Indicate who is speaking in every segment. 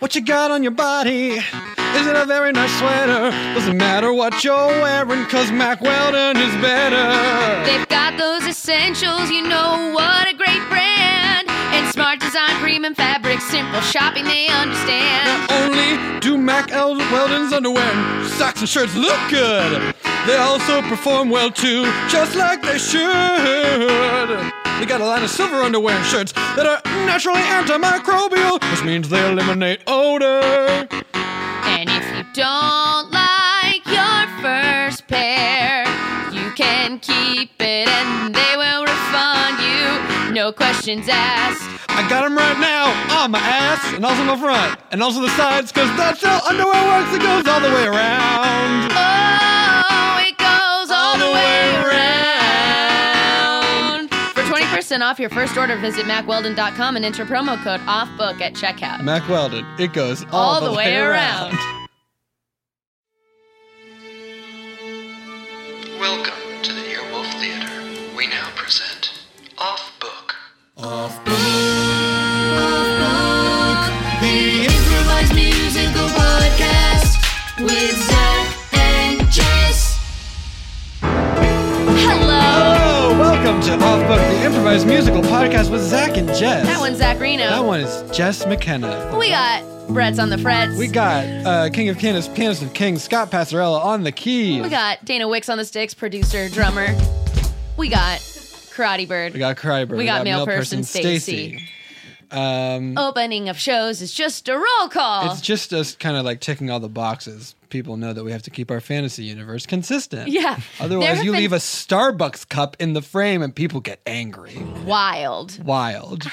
Speaker 1: What you got on your body? Is it a very nice sweater? Doesn't matter what you're wearing, cause Mac Weldon is better.
Speaker 2: They've got those essentials, you know what a great brand. And smart design, premium fabrics, simple shopping, they understand.
Speaker 1: Not only do Mac El- Weldon's underwear, and socks, and shirts look good, they also perform well too, just like they should. They got a line of silver underwear and shirts that are naturally antimicrobial, which means they eliminate odor.
Speaker 2: And if you don't like your first pair, you can keep it and they will refund you. No questions asked.
Speaker 1: I got 'em right now on my ass and also my front and also the sides, cause that's how underwear works. It goes all the way around.
Speaker 2: Oh, it goes all, the way around. For 20% off your first order, visit macweldon.com and enter promo code OFFBOOK at checkout.
Speaker 1: Mac Weldon, it goes all,
Speaker 2: all, the, way, around.
Speaker 3: Welcome to the Earwolf Theater. We now present Off Book.
Speaker 4: The improvised musical podcast with Zach and Jess.
Speaker 2: Hello.
Speaker 1: Oh, welcome to Off Book, the improvised musical podcast with Zach and Jess.
Speaker 2: That one's Zach Reno.
Speaker 1: That one is Jess McKenna.
Speaker 2: We got Brett's on the frets.
Speaker 1: We got uh, King of Kings, pianist of Kings, Scott Passarella on the keys.
Speaker 2: We got Dana Wicks on the sticks, producer, drummer. We got Karate Bird.
Speaker 1: we got Cryber. We,
Speaker 2: got male person Stacy.
Speaker 1: Um,
Speaker 2: Opening of shows is just a roll call.
Speaker 1: It's just us kind of like ticking all the boxes. People know that we have to keep our fantasy universe consistent.
Speaker 2: Yeah. There
Speaker 1: Otherwise,
Speaker 2: have
Speaker 1: you
Speaker 2: been-
Speaker 1: leave a Starbucks cup in the frame and people get angry.
Speaker 2: wild,
Speaker 1: Wild.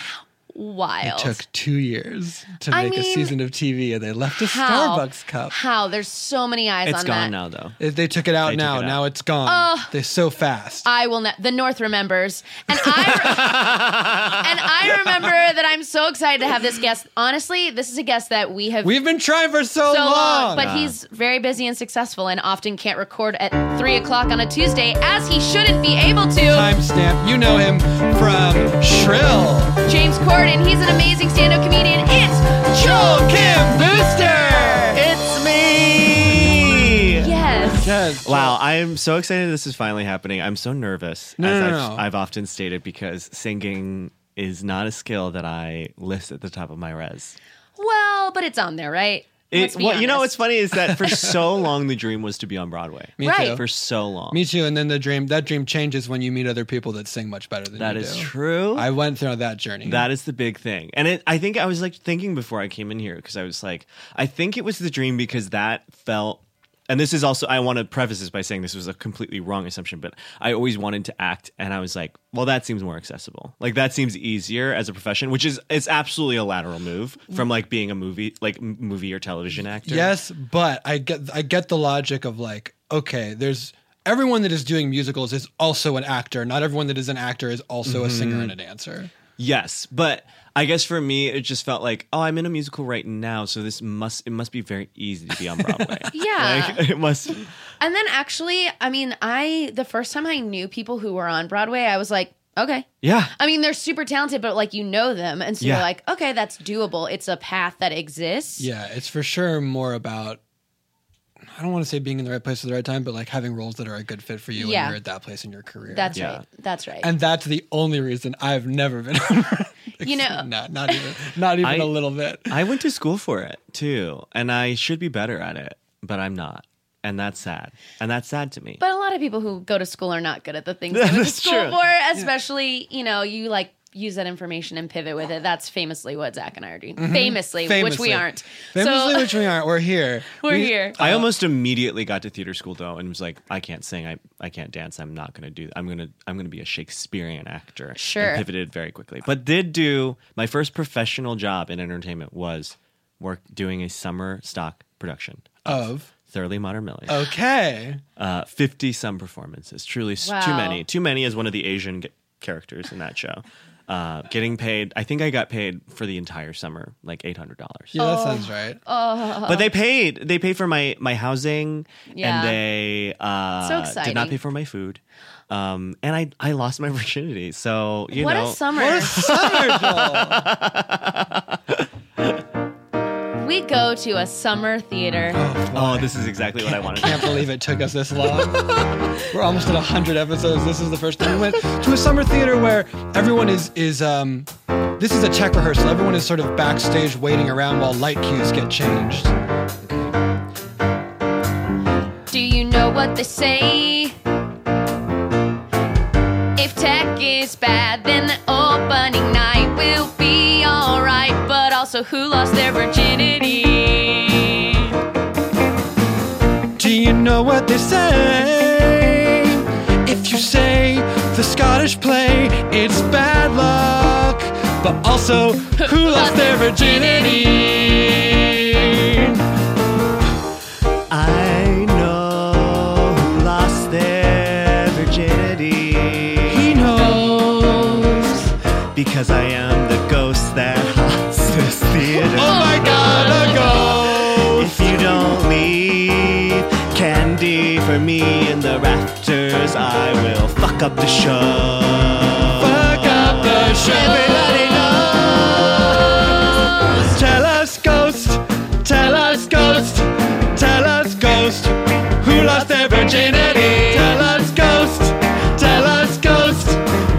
Speaker 2: wild.
Speaker 1: Took two years to make
Speaker 2: I
Speaker 1: a
Speaker 2: mean,
Speaker 1: season of TV and they left a
Speaker 2: How?
Speaker 1: Starbucks cup.
Speaker 2: How? There's so many eyes
Speaker 5: It's
Speaker 2: on that.
Speaker 5: gone now, though.
Speaker 1: If They took it out
Speaker 5: They took
Speaker 1: now.
Speaker 5: it out.
Speaker 1: Now it's gone. They're so fast.
Speaker 2: I will. Ne- the North remembers, and I and I remember that I'm so excited to have this guest. Honestly, this is a guest that we have
Speaker 1: We've been trying for so,
Speaker 2: so long, but
Speaker 5: Yeah.
Speaker 2: he's very busy and successful, and often can't record at three o'clock on a Tuesday, as he shouldn't be able to.
Speaker 1: Timestamp. You know him from Shrill.
Speaker 2: James Corden, he's an amazing stand-up comedian. It's
Speaker 1: Joel Kim Booster.
Speaker 5: It's me.
Speaker 2: yes.
Speaker 1: Yes.
Speaker 5: Wow, I am so excited this is finally happening. I'm so nervous,
Speaker 1: No,
Speaker 5: as
Speaker 1: no,
Speaker 5: I've,
Speaker 1: no.
Speaker 5: I've often stated, because singing is not a skill that I list at the top of my res.
Speaker 2: Well, but it's on there, right? Let's
Speaker 5: It,
Speaker 2: be
Speaker 5: well, you know what's
Speaker 2: honest.
Speaker 5: funny is that for so long the dream was to be on Broadway.
Speaker 1: Me
Speaker 2: Right.
Speaker 1: too.
Speaker 5: For so long.
Speaker 1: Me too. And then the dream that dream changes when you meet other people that sing much better than
Speaker 5: That
Speaker 1: you
Speaker 5: is
Speaker 1: do.
Speaker 5: true.
Speaker 1: I went through that journey.
Speaker 5: That is the big thing. And it, I think I was like thinking before I came in here because I was like, I think it was the dream because that felt. And this is also, I want to preface this by saying this was a completely wrong assumption, but I always wanted to act. And I was like, well, that seems more accessible. Like, that seems easier as a profession, which is, it's absolutely a lateral move from like being a movie, like m- movie or television actor.
Speaker 1: yes, but I get I get the logic of like, okay, there's everyone that is doing musicals is also an actor. Not everyone that is an actor is also a singer
Speaker 2: Mm-hmm.
Speaker 1: and a dancer.
Speaker 5: Yes, but I guess for me it just felt like, oh, I'm in a musical right now, so this must it must be very easy to be on Broadway.
Speaker 2: Yeah.
Speaker 5: Like, it must
Speaker 2: And then actually, I mean, I the first time I knew people who were on Broadway, I was like, okay.
Speaker 5: Yeah.
Speaker 2: I mean, they're super talented, but like you know them, and so
Speaker 5: Yeah.
Speaker 2: you're like, okay, that's doable. It's a path that exists.
Speaker 1: Yeah, it's for sure more about I don't want to say being in the right place at the right time, but like having roles that are a good fit for you
Speaker 2: Yeah.
Speaker 1: when you're at that place in your career.
Speaker 2: That's
Speaker 5: Yeah.
Speaker 2: right. That's right.
Speaker 1: and that's the only reason I've never been. on
Speaker 2: You know-
Speaker 1: not not even not even
Speaker 5: I-
Speaker 1: a little bit.
Speaker 5: I went to school for it too, and I should be better at it, but I'm not, and that's sad, and that's sad to me.
Speaker 2: but a lot of people who go to school are not good at the things they went to
Speaker 5: That's
Speaker 2: school
Speaker 5: true.
Speaker 2: for, especially, you know, you like use that information and pivot with it. That's famously what Zach and I are doing. Famously, which we
Speaker 1: Mm-hmm. Famously.
Speaker 2: aren't.
Speaker 1: Famously,
Speaker 2: so
Speaker 1: which we aren't. We're here.
Speaker 2: we're
Speaker 1: We-
Speaker 2: here.
Speaker 5: I almost immediately got to theater school though, and was like, I can't sing, I, I can't dance, I'm not gonna do, I'm gonna I'm gonna be a Shakespearean actor. and
Speaker 2: Sure.
Speaker 5: pivoted very quickly, but did do my first professional job in entertainment was work doing a summer stock production
Speaker 1: Of
Speaker 5: Thoroughly Modern Millie,
Speaker 1: okay,
Speaker 5: uh, fifty some performances, truly s too
Speaker 2: Wow.
Speaker 5: many, too many as one of the Asian g- characters in that show. Uh, getting paid, I think I got paid for the entire summer like eight hundred dollars.
Speaker 1: yeah,
Speaker 2: Oh.
Speaker 1: that sounds right.
Speaker 5: But they paid. They paid for my my housing,
Speaker 2: Uh-huh. Yeah.
Speaker 5: and they uh,
Speaker 2: So
Speaker 5: did not
Speaker 2: exciting.
Speaker 5: pay for my food. Um, and I I lost my virginity. So you
Speaker 2: what
Speaker 5: know,
Speaker 2: a summer.
Speaker 1: What a summer, Joel.
Speaker 2: we go to a summer theater.
Speaker 5: oh, this is exactly what I wanted.
Speaker 1: Can't believe it took us this long. We're almost at 100 episodes. This is the first time we went to a summer theater where everyone is is um this is a tech rehearsal. Everyone is sort of backstage waiting around while light cues get changed.
Speaker 2: Do you know what they say? If tech is bad, then the opening night will be alright. But also, who lost their virginity?
Speaker 1: Do you know what they say? If you say the Scottish play, it's bad luck. But also, who lost their virginity?
Speaker 5: I know who lost their virginity
Speaker 1: He knows.
Speaker 5: because I am the ghost that haunts this theater.
Speaker 1: Oh my god, a ghost!
Speaker 5: If you don't leave candy for me in the rafters, I will fuck up the show.
Speaker 1: Fuck up the show.
Speaker 5: Everybody knows.
Speaker 1: Tell us, ghost. Tell us, ghost. Tell us, ghost. Who lost their virginity? Tell us, ghost. Tell us, ghost.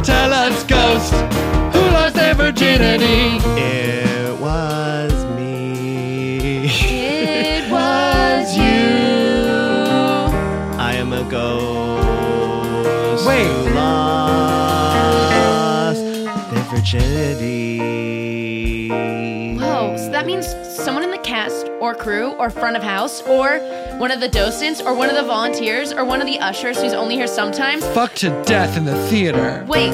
Speaker 1: Tell us, ghost. Who lost their virginity?
Speaker 5: It was me.
Speaker 2: It was you.
Speaker 5: I am a ghost.
Speaker 1: Wait.
Speaker 5: Who lost their virginity.
Speaker 2: Whoa, so that means someone in the cast, or crew, or front of house, or one of the docents, or one of the volunteers, or one of the ushers who's only here sometimes.
Speaker 1: Fucked to death in the theater.
Speaker 2: Wait,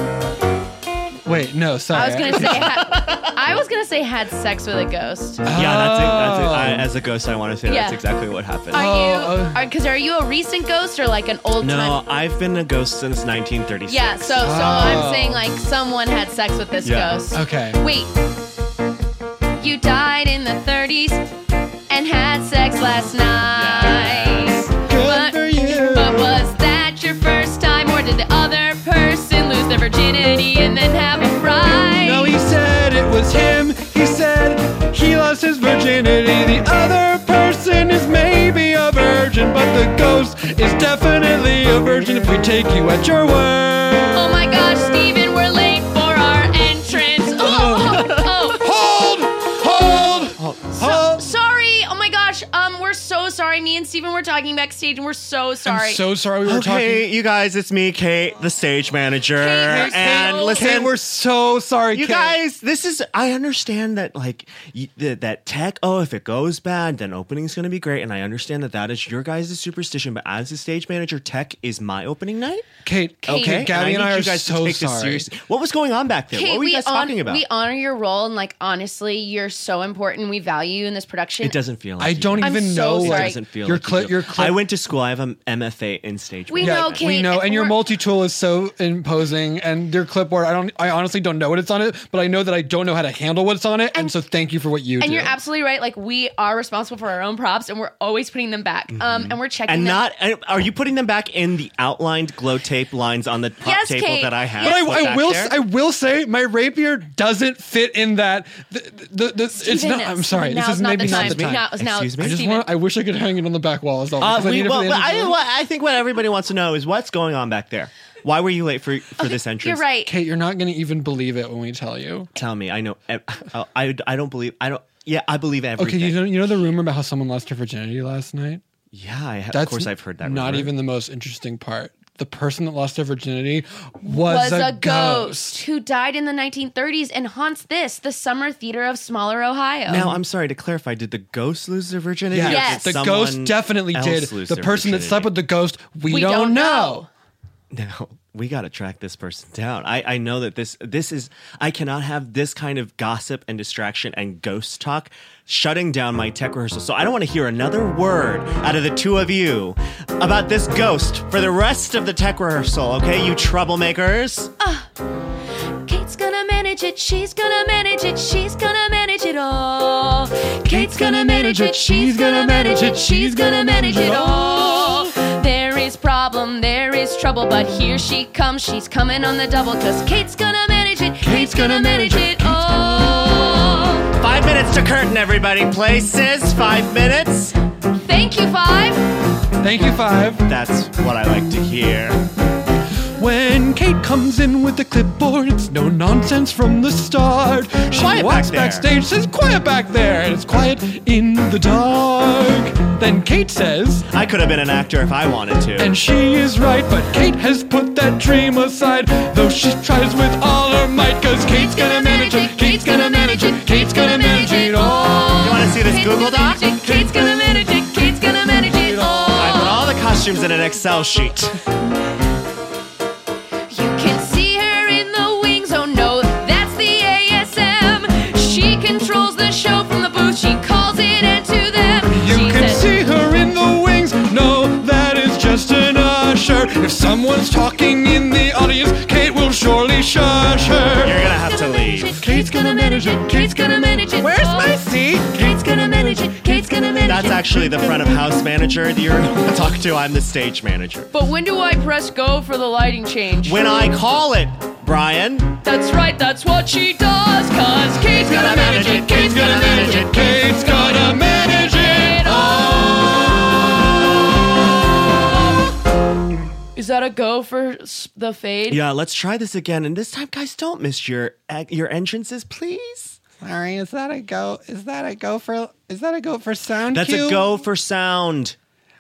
Speaker 1: Wait, no, sorry.
Speaker 2: I was gonna say, ha- I was gonna say had sex with a ghost.
Speaker 5: Yeah, that's it. That's
Speaker 1: Oh.
Speaker 5: it. I, as a ghost, I want to say
Speaker 2: Yeah.
Speaker 5: that's exactly what happened.
Speaker 2: Are
Speaker 1: Oh,
Speaker 2: you?
Speaker 1: uh,
Speaker 2: Because are, you a recent ghost or like an old
Speaker 5: No,
Speaker 2: time?
Speaker 5: I've been a ghost since 1936.
Speaker 2: Yeah. So so
Speaker 1: Oh.
Speaker 2: I'm saying like someone had sex with this
Speaker 5: Yeah.
Speaker 2: ghost.
Speaker 1: Okay.
Speaker 2: Wait. You died in the 30s and had sex last night.
Speaker 1: Good
Speaker 2: But-
Speaker 1: for you.
Speaker 2: But was that your first time, or did the other person lose their virginity and then have a bride?
Speaker 1: No, he said it was him. He said he lost his virginity. The other person is maybe a virgin, but the ghost is definitely a virgin if we take you at your word.
Speaker 2: Oh my gosh, Steven, we're late for our entrance. Oh, oh, oh.
Speaker 1: Hold! Hold! Hold!
Speaker 2: Sorry. Oh my gosh. Um, we're so sorry. Me and Steven were talking backstage and we're so sorry.
Speaker 1: I'm so sorry we were
Speaker 5: Okay,
Speaker 1: talking.
Speaker 5: you guys, it's me, Kate, the stage manager.
Speaker 2: Kate, you're
Speaker 5: and
Speaker 2: so-
Speaker 5: listen,
Speaker 1: Kate, we're so sorry,
Speaker 5: you
Speaker 1: Kate.
Speaker 5: guys, this is. I understand that, like, you, th- that tech. Oh, if it goes bad, then opening's going to be great. And I understand that that is your guys' superstition. But as a stage manager, tech is my opening night.
Speaker 1: Kate,
Speaker 5: Okay,
Speaker 1: Gabby and
Speaker 5: need
Speaker 1: I,
Speaker 5: you
Speaker 1: are
Speaker 5: guys to
Speaker 1: so
Speaker 5: take this
Speaker 1: sorry.
Speaker 5: seriously. What was going on back there?
Speaker 2: Kate,
Speaker 5: what were you
Speaker 2: we,
Speaker 5: guys
Speaker 2: hon-
Speaker 5: talking about?
Speaker 2: we honor your role and like honestly, you're so important. We value you in this production.
Speaker 5: it doesn't feel. like
Speaker 1: I
Speaker 5: you
Speaker 1: don't
Speaker 5: do.
Speaker 2: I'm
Speaker 1: even
Speaker 2: so
Speaker 1: know.
Speaker 5: It
Speaker 2: sorry.
Speaker 1: like,
Speaker 5: doesn't feel.
Speaker 1: your
Speaker 5: like you
Speaker 1: cli-
Speaker 5: do.
Speaker 1: your cli-
Speaker 5: I went to school. I have an MFA in stage.
Speaker 2: We
Speaker 5: management.
Speaker 2: know, Kate.
Speaker 1: we know, and your
Speaker 2: we're-
Speaker 1: multi-tool is so imposing, and your clipboard. I don't, I honestly don't know what it's on it, but I know that I don't know how to handle what's on it, and, so thank you for what you
Speaker 2: And
Speaker 1: do.
Speaker 2: you're absolutely right. Like we are responsible for our own props, and we're always putting them back. Um, and we're checking
Speaker 5: And
Speaker 2: them.
Speaker 5: not and are you putting them back in the outlined glow tape lines on the prop
Speaker 2: Yes,
Speaker 5: table
Speaker 2: Kate.
Speaker 5: that I have?
Speaker 1: but I,
Speaker 5: put
Speaker 1: I
Speaker 5: back
Speaker 1: will,
Speaker 5: there?
Speaker 1: s- I will say, my rapier doesn't fit in that. The, the, the, it's
Speaker 2: Steven,
Speaker 1: not. I'm sorry.
Speaker 2: Steven,
Speaker 1: This
Speaker 2: now
Speaker 1: is maybe
Speaker 2: the
Speaker 1: not
Speaker 2: time.
Speaker 1: the time.
Speaker 2: Now, now,
Speaker 5: Excuse me?
Speaker 1: I just
Speaker 2: Steven.
Speaker 1: want. I wish I could hang it on the back wall is all.
Speaker 5: Uh,
Speaker 1: because I
Speaker 5: we-
Speaker 1: need it for
Speaker 5: well,
Speaker 1: the
Speaker 5: but
Speaker 1: end of
Speaker 5: I,
Speaker 1: the-
Speaker 5: what I think what everybody wants to know is what's going on back there. Why were you late for for this entrance?
Speaker 2: You're right.
Speaker 1: Kate, you're not going to even believe it when we tell you.
Speaker 5: Tell me. I know. I, I, I don't believe. I don't. Yeah, I believe
Speaker 1: Okay,
Speaker 5: everything.
Speaker 1: you know, you know the rumor about how someone lost her virginity last night?
Speaker 5: yeah, I,
Speaker 1: That's
Speaker 5: of course I've heard that.
Speaker 1: Not
Speaker 5: rumor.
Speaker 1: even the most interesting part. The person that lost their virginity was,
Speaker 2: was a ghost. who died in the 1930s and haunts this, the summer theater of smaller Ohio.
Speaker 5: Now I'm sorry to clarify. Did the ghost lose their virginity?
Speaker 1: Yeah,
Speaker 5: or
Speaker 2: Yes.
Speaker 5: did
Speaker 1: the
Speaker 5: someone
Speaker 1: ghost definitely
Speaker 5: else
Speaker 1: did.
Speaker 5: lose
Speaker 1: The
Speaker 5: their
Speaker 1: person that slept with
Speaker 5: virginity?
Speaker 1: the ghost, we,
Speaker 2: we
Speaker 1: don't, know.
Speaker 5: No, we got to track this person down. I I know that this this is. I cannot have this kind of gossip and distraction and ghost talk shutting down my tech rehearsal. So I don't want to hear another word out of the two of you about this ghost for the rest of the tech rehearsal. Okay, you troublemakers.
Speaker 2: Kate's gonna manage it, she's gonna manage it, she's gonna manage it all. Kate's gonna manage it, she's gonna manage it, she's gonna manage it all. There is problem, there is trouble, but here she comes, she's coming on the double, cause Kate's gonna manage it, Kate's gonna manage it all.
Speaker 5: Five minutes to curtain, everybody. Places. Five minutes.
Speaker 2: Thank you, Five.
Speaker 1: Thank you, Five.
Speaker 5: That's what I like to hear.
Speaker 1: When Kate comes in with the clipboard, it's no nonsense from the start. She
Speaker 5: Quiet back
Speaker 1: walks
Speaker 5: there.
Speaker 1: backstage, says, Quiet back there, and it's quiet in the dark. Then Kate says,
Speaker 5: I could have been an actor if I wanted to.
Speaker 1: And she is right, but Kate has put that dream aside. Though she tries with all her might, cause Kate's gonna manage it, Kate's gonna manage it, Kate's gonna manage it all.
Speaker 5: you want to see this Google Doc?
Speaker 2: Kate's gonna manage it, Kate's gonna manage it
Speaker 5: I put
Speaker 2: all.
Speaker 5: all the costumes in an Excel sheet.
Speaker 2: You can see her in the wings. Oh no, that's the ASM. She controls the show from the booth. She calls it into them.
Speaker 1: You
Speaker 2: she
Speaker 1: can
Speaker 2: says,
Speaker 1: see her in the wings. No, that is just an usher. If someone's talking in the audience, Kate will surely shush her.
Speaker 5: You're gonna have to leave.
Speaker 2: Kate's gonna manage it. Kate's gonna manage it.
Speaker 1: Where's
Speaker 2: Oh,
Speaker 1: my seat?
Speaker 2: Kate's gonna manage it. Kate's gonna manage
Speaker 5: That's
Speaker 2: it.
Speaker 5: actually the front of house manager that you're going to talk to. I'm the stage manager.
Speaker 2: But when do I press go for the lighting change?
Speaker 5: When I call it, Brian,
Speaker 2: That's right, that's what she does. Cause Kate's gonna manage it. Kate's gonna manage it.
Speaker 1: Kate's gonna manage it.
Speaker 2: Is that a go for s- the fade?
Speaker 5: yeah, let's try this again. And this time, guys, don't miss your your entrances, please.
Speaker 1: Sorry, is that a go? Is that a go for? Is that a go for sound?
Speaker 5: That's a
Speaker 1: cue?
Speaker 5: go for sound.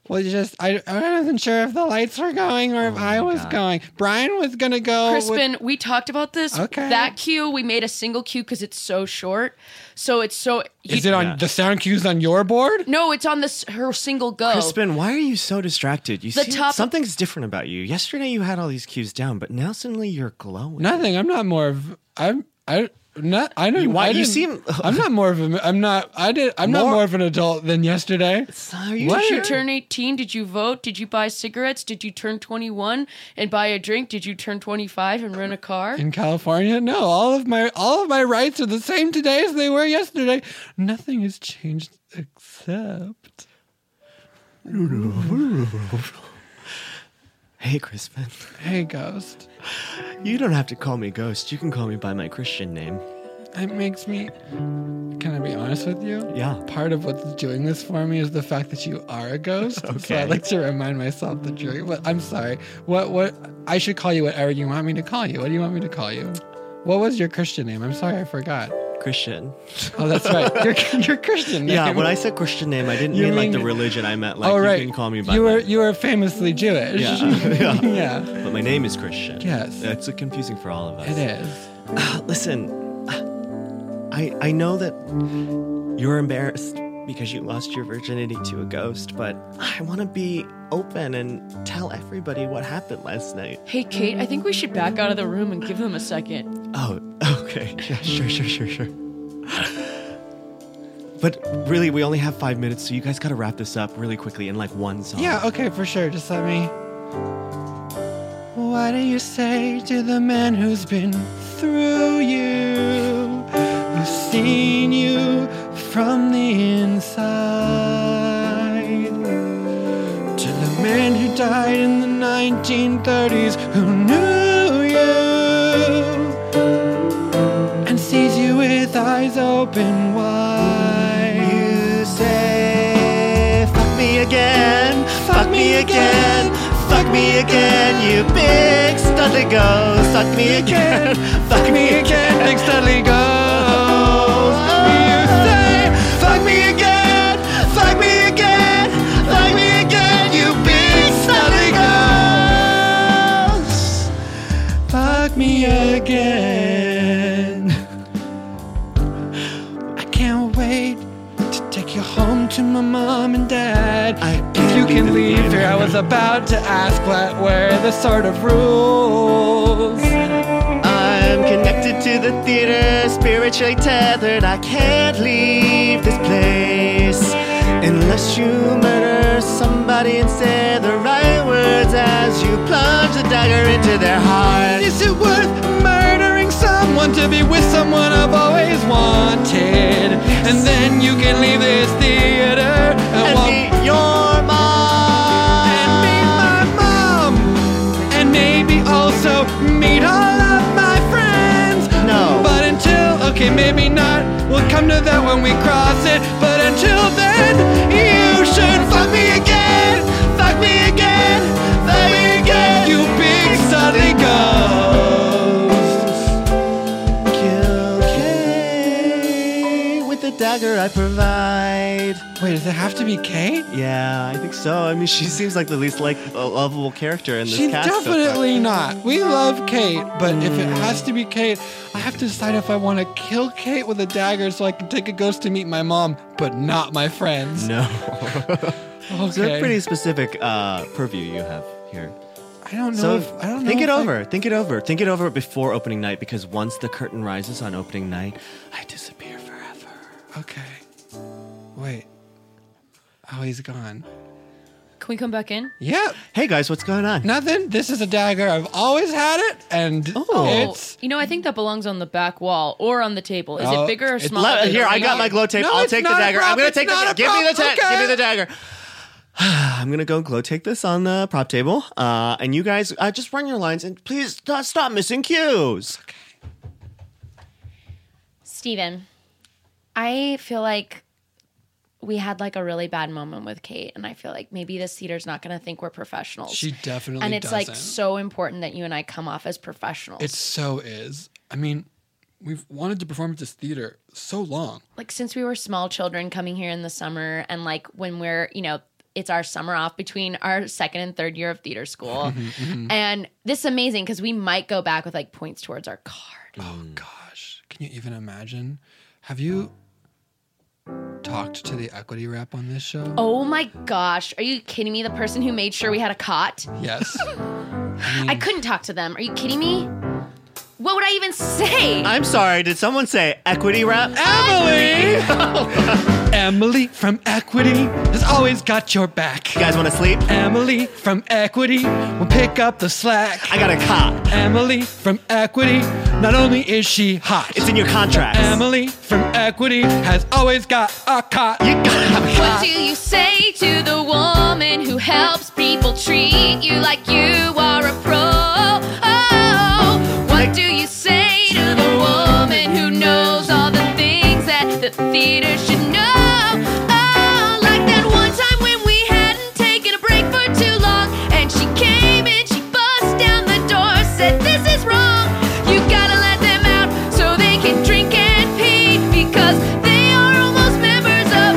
Speaker 1: Well, you just I, I wasn't sure if the lights were going or if
Speaker 5: Oh
Speaker 1: I was going. Brian was gonna go. with-
Speaker 2: Crispin, we talked about this.
Speaker 1: Oh, Okay.
Speaker 2: That cue, we made a single cue because it's so short. So it's so. you-
Speaker 1: is it on
Speaker 5: Yeah.
Speaker 1: the sound cues on your board?
Speaker 2: No, it's on this her single go.
Speaker 5: Crispin, why are you so distracted? You
Speaker 2: Oh. The
Speaker 5: see,
Speaker 2: top-
Speaker 5: something's different about you. Yesterday, you had all these cues down, but now suddenly you're glowing.
Speaker 1: Nothing. I'm not more of I'm I not I don't.
Speaker 5: why-
Speaker 1: I
Speaker 5: you
Speaker 1: didn't-
Speaker 5: seem-
Speaker 1: I'm not more of a. I'm not. I did. I'm not
Speaker 5: More-
Speaker 1: more of an adult than yesterday.
Speaker 5: Are you
Speaker 1: What?
Speaker 2: Did
Speaker 5: sure?
Speaker 2: you turn 18? Did you vote? Did you buy cigarettes? Did you turn 21 and buy a drink? Did you turn 25 and rent a car?
Speaker 1: In California, no. All of my all of my rights are the same today as they were yesterday. Nothing has changed except.
Speaker 5: Hey, Crispin.
Speaker 1: Hey, ghost.
Speaker 5: You don't have to call me Ghost. You can call me by my Christian name.
Speaker 1: It makes me. Can I be honest with you?
Speaker 5: Yeah.
Speaker 1: Part of what's doing this for me is the fact that you are a ghost. So I
Speaker 5: Okay.
Speaker 1: like to remind myself that you're. But I'm sorry. What? What? I should call you whatever you want me to call you. What do you want me to call you? What was your Christian name? I'm sorry, I forgot.
Speaker 5: Christian.
Speaker 1: Oh, that's right. Your, your Christian name.
Speaker 5: Yeah, when I said Christian name, I didn't
Speaker 1: You
Speaker 5: mean, like the
Speaker 1: mean-
Speaker 5: religion. I meant like
Speaker 1: Oh, right.
Speaker 5: you can call me by
Speaker 1: You
Speaker 5: my
Speaker 1: were you were famously Jewish.
Speaker 5: Yeah. Yeah.
Speaker 1: yeah.
Speaker 5: But my name is Christian.
Speaker 1: Yes.
Speaker 5: That's uh, confusing for all of us. Uh,
Speaker 1: It is.
Speaker 5: Listen, uh, I I know that you're embarrassed because you lost your virginity to a ghost, but I want to be open and tell everybody what happened last night.
Speaker 2: Hey, Kate, I think we should back out of the room and give them a second.
Speaker 5: Oh, okay. Yeah, sure, sure, sure, sure. But really, we only have five minutes, so you guys gotta wrap this up really quickly in like one song.
Speaker 1: Yeah, okay, for sure. Just let me. What do you say to the man who's been through you? Who's seen you from the inside? To the man who died in the 1930s who knew you and sees you with eyes open wide.
Speaker 5: You say, fuck me again. me again. Fuck me again, you big studly ghost. Fuck me again. Fuck me again, big studly ghost. You say, fuck me again. Fuck me again. Fuck me again, you big studly ghost. Fuck me again.
Speaker 1: I can't wait to take you home to my mom and dad.
Speaker 5: I
Speaker 1: if you can
Speaker 5: can't believe
Speaker 1: leave here, I was about to ask what were the sort of rules.
Speaker 5: I'm connected to the theater, spiritually tethered. I can't leave this place unless you murder somebody and say the right words as you plunge the dagger into their heart.
Speaker 1: Is it worth murdering someone to be with someone I've always wanted? And then you can leave this theater and,
Speaker 5: And
Speaker 1: walk
Speaker 5: meet your mom.
Speaker 1: and meet my mom, and maybe also meet all of my friends.
Speaker 5: No.
Speaker 1: But until okay, maybe not. We'll come to that when we cross it. But until then, you should fuck me again, fuck me again, fuck me again. You big suddenly ghost.
Speaker 5: Kill Kay with the dagger I provide.
Speaker 1: Wait, does it have to be Kate?
Speaker 5: Yeah, I think so. I mean, she seems like the least like uh, lovable character in this
Speaker 1: She's
Speaker 5: cast. so far.
Speaker 1: definitely not. We love Kate, but if it has to be Kate, I have to decide if I want to kill Kate with a dagger so I can take a ghost to meet my mom, but not my friends.
Speaker 5: No.
Speaker 1: Okay.
Speaker 5: It's a pretty specific uh, purview you have here.
Speaker 1: I don't know.
Speaker 5: So
Speaker 1: if, I don't
Speaker 5: think
Speaker 1: know if
Speaker 5: it
Speaker 1: I-
Speaker 5: over. Think it over. Think it over before opening night because once the curtain rises on opening night, I disappear forever.
Speaker 1: okay. Wait. Oh, he's gone.
Speaker 2: Can we come back in?
Speaker 1: Yep.
Speaker 5: Hey guys, what's going on?
Speaker 1: Nothing. This is a dagger. I've always had it, and
Speaker 5: Oh.
Speaker 1: it's.
Speaker 2: you know, I think that belongs on the back wall or on the table. Is
Speaker 1: Oh,
Speaker 2: it bigger or
Speaker 1: it's
Speaker 2: smaller?
Speaker 5: Le-
Speaker 2: than
Speaker 5: here,
Speaker 2: the
Speaker 5: I got
Speaker 2: thing?
Speaker 5: my glow tape.
Speaker 1: No,
Speaker 5: I'll
Speaker 1: it's
Speaker 5: take the
Speaker 1: not a
Speaker 5: dagger. I'm
Speaker 1: prop.
Speaker 5: gonna
Speaker 1: It's
Speaker 5: take
Speaker 1: not
Speaker 5: the
Speaker 1: a
Speaker 5: give me the
Speaker 1: prop.
Speaker 5: dagger. Give me
Speaker 1: Okay.
Speaker 5: the dagger. I'm gonna go glow take this on the prop table, uh, and you guys uh, just run your lines and please uh, stop missing cues.
Speaker 2: Steven, I feel like we had like a really bad moment with Kate, and I feel like maybe this theater's not going to think we're professionals.
Speaker 1: She definitely
Speaker 2: and it's like
Speaker 1: doesn't.
Speaker 2: so important that you and I come off as professionals.
Speaker 1: It so is. I mean, we've wanted to perform at this theater so long.
Speaker 2: like since we were small children coming here in the summer and like when we're you know it's our summer off between our second and third year of theater school
Speaker 1: Mm-hmm,
Speaker 2: and this is amazing because we might go back with like points towards our card
Speaker 1: Oh
Speaker 5: Mm.
Speaker 1: gosh, can you even imagine? Have you talked to the equity rep on this show?
Speaker 2: oh my gosh are you kidding me the person who made sure we had a cot
Speaker 1: Yes.
Speaker 2: i couldn't talk to them are you kidding me what would i even say
Speaker 5: I'm sorry. Did someone say equity wrap?
Speaker 1: Emily! Emily from Equity has always got your back.
Speaker 5: You guys want to sleep?
Speaker 1: Emily from Equity will pick up the slack.
Speaker 5: I got a cop.
Speaker 1: Emily from Equity, not only is she hot,
Speaker 5: It's in your contract.
Speaker 1: Emily from Equity has always got a cot.
Speaker 5: You got a
Speaker 2: What do you say to the woman who helps people treat you like you are a pro? Oh, what do you say to the woman who knows all the things that the theater should know? Oh, like that one time when we hadn't taken a break for too long, and she came and she bust down the door, said this is wrong. You gotta let them out so they can drink and pee because they are almost members of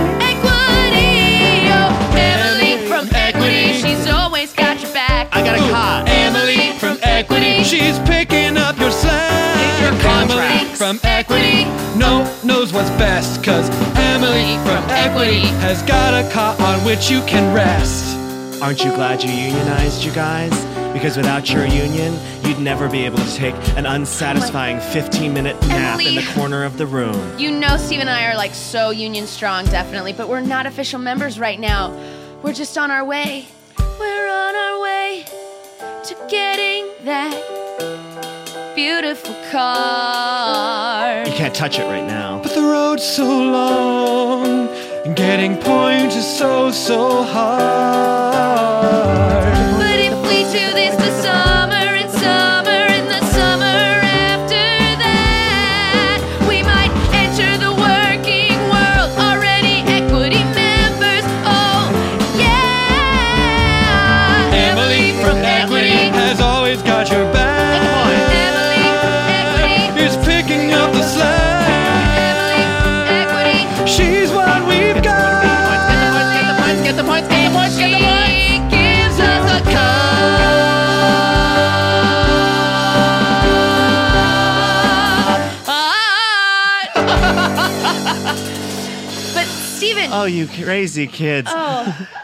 Speaker 2: equity. Oh, Emily from equity, she's always got your back.
Speaker 5: I got a cop.
Speaker 2: Emily from equity,
Speaker 1: She's picking up your slack.
Speaker 2: Your contract.
Speaker 1: Emily from Equity no knows what's best, cause Emily from Equity has got a cot on which you can rest.
Speaker 5: Aren't you glad you unionized, you guys? Because without your union, you'd never be able to take an unsatisfying 15 minute nap in
Speaker 2: Emily.
Speaker 5: the corner of the room.
Speaker 2: You know, Steve and I are like so union strong, definitely, but we're not official members right now. We're just on our way. We're on our way to getting that beautiful car.
Speaker 5: You can't touch it right now.
Speaker 1: But the road's so long, and getting points is so, so hard.
Speaker 2: But if we do this the summer and summer and the summer after that, we might enter the working world already equity members. Oh, yeah. Steven.
Speaker 5: Oh, you crazy kids.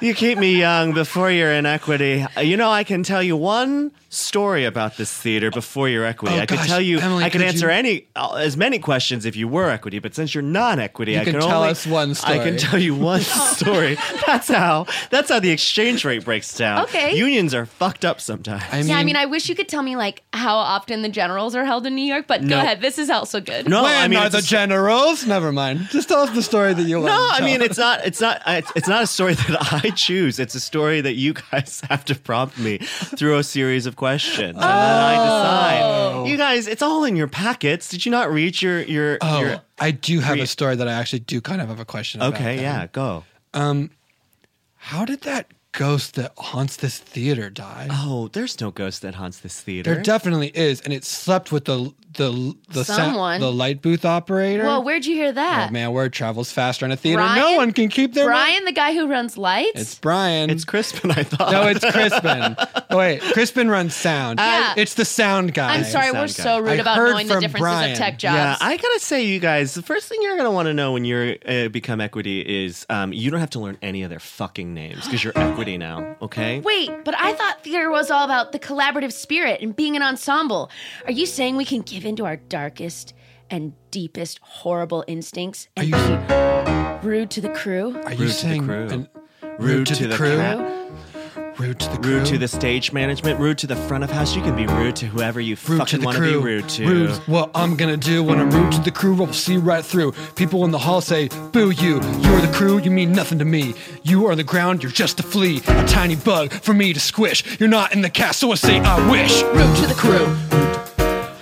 Speaker 5: You keep me young before your inequity. You know, I can tell you one story about this theater before your equity.
Speaker 1: Oh,
Speaker 5: I could
Speaker 1: gosh.
Speaker 5: tell you,
Speaker 1: Emily,
Speaker 5: I could
Speaker 1: could
Speaker 5: answer
Speaker 1: you-
Speaker 5: any, uh, as many questions if you were equity, but since you're non-equity, I
Speaker 1: can
Speaker 5: can,
Speaker 1: tell
Speaker 5: only,
Speaker 1: us one
Speaker 5: I
Speaker 1: story.
Speaker 5: can tell you one story. That's how, that's how the exchange rate breaks down.
Speaker 2: Okay.
Speaker 5: Unions are fucked up sometimes.
Speaker 2: yeah, I mean, I wish you could tell me like how often the generals are held in New York, but
Speaker 5: No.
Speaker 2: go ahead. This is also good.
Speaker 5: no,
Speaker 1: when
Speaker 5: I mean,
Speaker 1: are
Speaker 5: it's
Speaker 1: the
Speaker 5: a-
Speaker 1: generals? Never mind. Just tell us the story that you want.
Speaker 5: No,
Speaker 1: to
Speaker 5: I
Speaker 1: tell.
Speaker 5: mean it's not. It's not. It's, it's not a story that I choose. It's a story that you guys have to prompt me through a series of questions, and then I decide. You guys, it's all in your packets. Did you not read your your?
Speaker 1: Oh,
Speaker 5: your
Speaker 1: I do have a story that I actually do kind of have a question about.
Speaker 5: okay,
Speaker 1: then.
Speaker 5: yeah, go.
Speaker 1: How did that ghost that haunts this theater die?
Speaker 5: Oh, there's no ghost that haunts this theater.
Speaker 1: There definitely is, and it slept with the the the sa-
Speaker 2: Someone.
Speaker 1: the light booth operator.
Speaker 2: Whoa, where'd you hear that?
Speaker 1: oh man, word travels faster in a theater. no
Speaker 2: Brian?
Speaker 1: one can keep their mind-
Speaker 2: Brian, the guy who runs lights.
Speaker 1: It's Brian.
Speaker 5: it's Crispin. I thought.
Speaker 1: no, it's Crispin. oh, wait, Crispin runs sound.
Speaker 2: Yeah.
Speaker 1: It's the sound guy.
Speaker 2: I'm sorry,
Speaker 5: sound
Speaker 2: we're
Speaker 5: guy.
Speaker 2: so rude
Speaker 1: I
Speaker 2: about
Speaker 1: heard
Speaker 2: knowing the
Speaker 1: from
Speaker 2: differences
Speaker 1: Brian.
Speaker 2: of tech jobs.
Speaker 5: Yeah, I gotta say, you guys, the first thing you're gonna want to know when you uh, become equity is um, you don't have to learn any of their fucking names because you're equity now. Okay.
Speaker 2: Wait, but I thought theater was all about the collaborative spirit and being an ensemble. Are you saying we can give into our darkest and deepest horrible instincts and be rude to the crew?
Speaker 1: Are you
Speaker 5: Rude to the
Speaker 1: saying
Speaker 5: crew.
Speaker 1: an-
Speaker 5: Rude to the
Speaker 1: crew?
Speaker 5: cat.
Speaker 1: Rude to the crew.
Speaker 5: Rude to the stage management, rude to the front of house. You can be rude to whoever you
Speaker 1: Rude to
Speaker 5: fucking
Speaker 1: the
Speaker 5: want to be
Speaker 1: crew.
Speaker 5: rude to.
Speaker 1: Rude. What I'm gonna do when I'm rude to the crew, I'll see right through. People in the hall say, "Boo you! You're the crew. You mean nothing to me. You are the ground. You're just a flea, a tiny bug for me to squish. You're not in the cast, so I say I wish."
Speaker 4: Rude to the crew.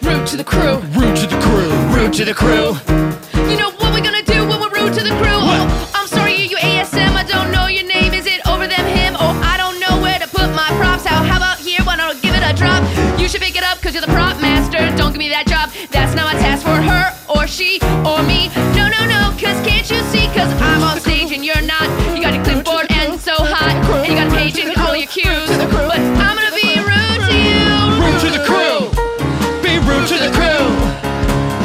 Speaker 4: Rude to the crew.
Speaker 1: Rude to the crew.
Speaker 5: Rude to the crew.
Speaker 2: You know what we're gonna do when we're rude to the crew? Oh, I'm sorry, you, you ASM. I don't know your name. Is it over them, him? Oh, I don't know where to put my props. How, how about here? Why don't I give it a drop? You should pick it up because you're the prop master. Don't give me that job. That's not my task for her or she or me. No, no, no, because can't you see? Because I'm on stage and you're not. You got a clipboard and so hot. And you got a page and all your cues. But I'm gonna be rude to you.
Speaker 1: Rude to the crew. Be rude to the crew.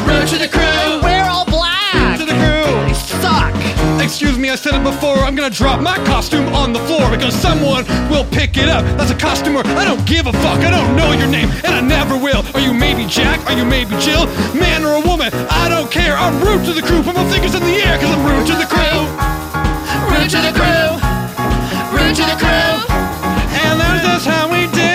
Speaker 1: Rude to the crew. We're all black. Rude to the crew. They suck. Excuse me, I said it before. I'm gonna drop my costume on the floor because someone will pick it up. That's a costumer. I don't give a fuck. I don't know your name, and I never will. Are you maybe Jack? Are you maybe Jill? Man or a woman? I don't care. I'm rude to the crew. Put my fingers in the air because I'm rude to the crew. Rude to the crew. Rude to the crew. And that's just how we do.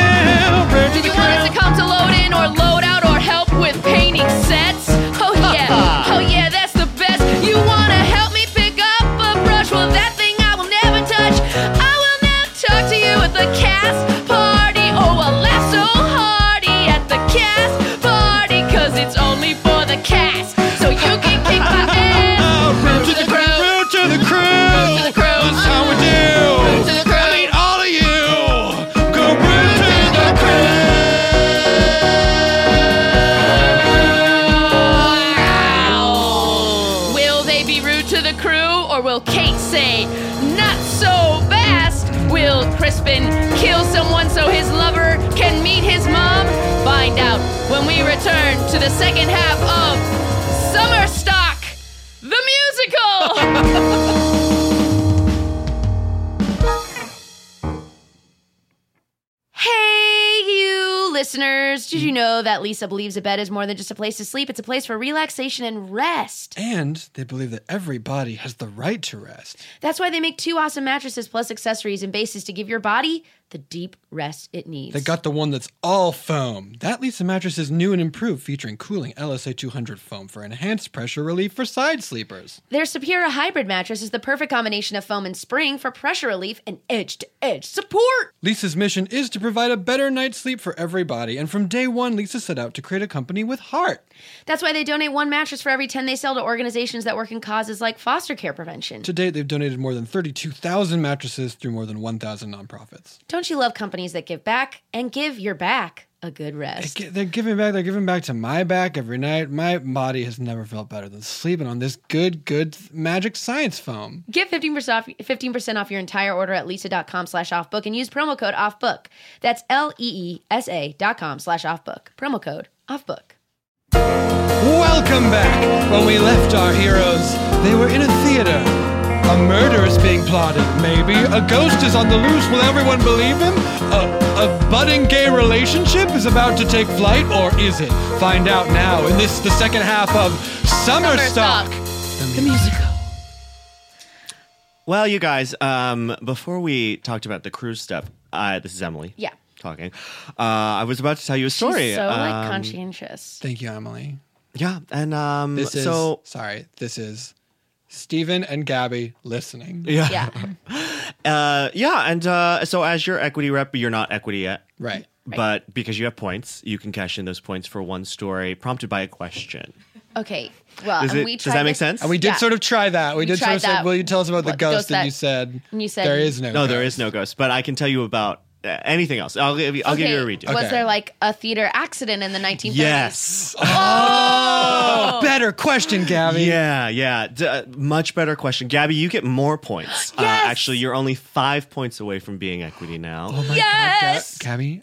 Speaker 1: Rude to
Speaker 2: Did
Speaker 1: the
Speaker 2: you want us to come to load in or load out or help with painting sets? Oh yeah, oh yeah, that's the best. You wanna help me pick up a brush? Well, that thing I will never touch. I will not talk to you at the cast party. Oh, I laugh so hardy at the cast party, cause it's only for the cast. So you can kick my ass.
Speaker 1: Root to the crew. Root to the crew.
Speaker 2: to the crew.
Speaker 1: That's how we do. Root
Speaker 2: to the crew.
Speaker 1: I mean, all of you. Go root to the
Speaker 2: Will they be rude to the crew, or will Kate say, not so fast? Will Crispin kill someone so his lover can meet his mom? Find out when we return to the second half of Summer Stock, the musical! Hey, you listeners! Did you know that Lisa believes a bed is more than just a place to sleep? It's a place for relaxation and rest.
Speaker 1: And they believe that everybody has the right to rest.
Speaker 2: That's why they make two awesome mattresses plus accessories and bases to give your body the deep rest it needs.
Speaker 1: They got the one that's all foam. That Lisa mattress is new and improved, featuring cooling LSA 200 foam for enhanced pressure relief for side sleepers.
Speaker 2: Their Sapira hybrid mattress is the perfect combination of foam and spring for pressure relief and edge to edge support.
Speaker 1: Lisa's mission is to provide a better night's sleep for everybody, and from day one, Lisa set out to create a company with heart.
Speaker 2: That's why they donate one mattress for every 10 they sell to organizations that work in causes like foster care prevention.
Speaker 1: To date, they've donated more than 32,000 mattresses through more than 1,000 nonprofits.
Speaker 2: Don't you love companies that give back and give your back a good
Speaker 1: They
Speaker 2: rest?
Speaker 1: gi- They're giving back. They're giving back to my back every night. My body has never felt better than sleeping on this good, good magic science foam.
Speaker 2: Get 15% off, 15% off your entire order at lisa.com slash offbook and use promo code offbook. That's E L-E-E-S-A dot com slash offbook. Promo code offbook.
Speaker 1: Welcome back. When we left our heroes, they were in a theater A murder is being plotted, maybe. A ghost is on the loose. Will everyone believe him? A, a budding gay relationship is about to take flight, or is it? Find out now in this, the second half of Summer Stock.
Speaker 6: The musical.
Speaker 5: Well, you guys, um, before we talked about the cruise stuff, uh, this is Emily.
Speaker 7: Yeah.
Speaker 5: Talking. Uh, I was about to tell you a story.
Speaker 7: She's so like
Speaker 5: Um,
Speaker 7: conscientious.
Speaker 1: Thank you, Emily.
Speaker 5: Yeah, and um,
Speaker 1: This is
Speaker 5: so
Speaker 1: sorry. This is Stephen and Gabby listening.
Speaker 5: yeah,
Speaker 7: Yeah.
Speaker 5: Uh, yeah, and uh, so as your equity rep, you're not equity yet,
Speaker 1: Right.
Speaker 5: but because you have points, you can cash in those points for one story prompted by a question.
Speaker 7: Okay. Well,
Speaker 5: Does,
Speaker 7: and
Speaker 5: it,
Speaker 7: we
Speaker 5: does
Speaker 7: tried
Speaker 5: that make
Speaker 7: this-
Speaker 5: sense?
Speaker 1: And we did
Speaker 7: Yeah.
Speaker 1: sort of try that. We, did sort
Speaker 7: tried
Speaker 1: of say,
Speaker 7: that.
Speaker 1: "Will you tell us about the
Speaker 7: What-
Speaker 1: ghost?"
Speaker 7: ghost
Speaker 1: and
Speaker 7: that-
Speaker 1: you said,
Speaker 7: and you said-
Speaker 1: there is no.
Speaker 5: no, there
Speaker 1: ghost."
Speaker 5: is no ghost, but I can tell you about uh, anything else. I'll give you, I'll give you a
Speaker 7: Okay,
Speaker 5: redo.
Speaker 1: Okay.
Speaker 7: Was there like a theater accident in the 1930s?
Speaker 5: Yes.
Speaker 1: Oh, better question, Gabby.
Speaker 5: Yeah, yeah. D- uh, much better question. Gabby, you get more points. Uh,
Speaker 7: Yes!
Speaker 5: actually, you're only five points away from being equity now.
Speaker 1: Oh
Speaker 7: Yes.
Speaker 1: Gabby.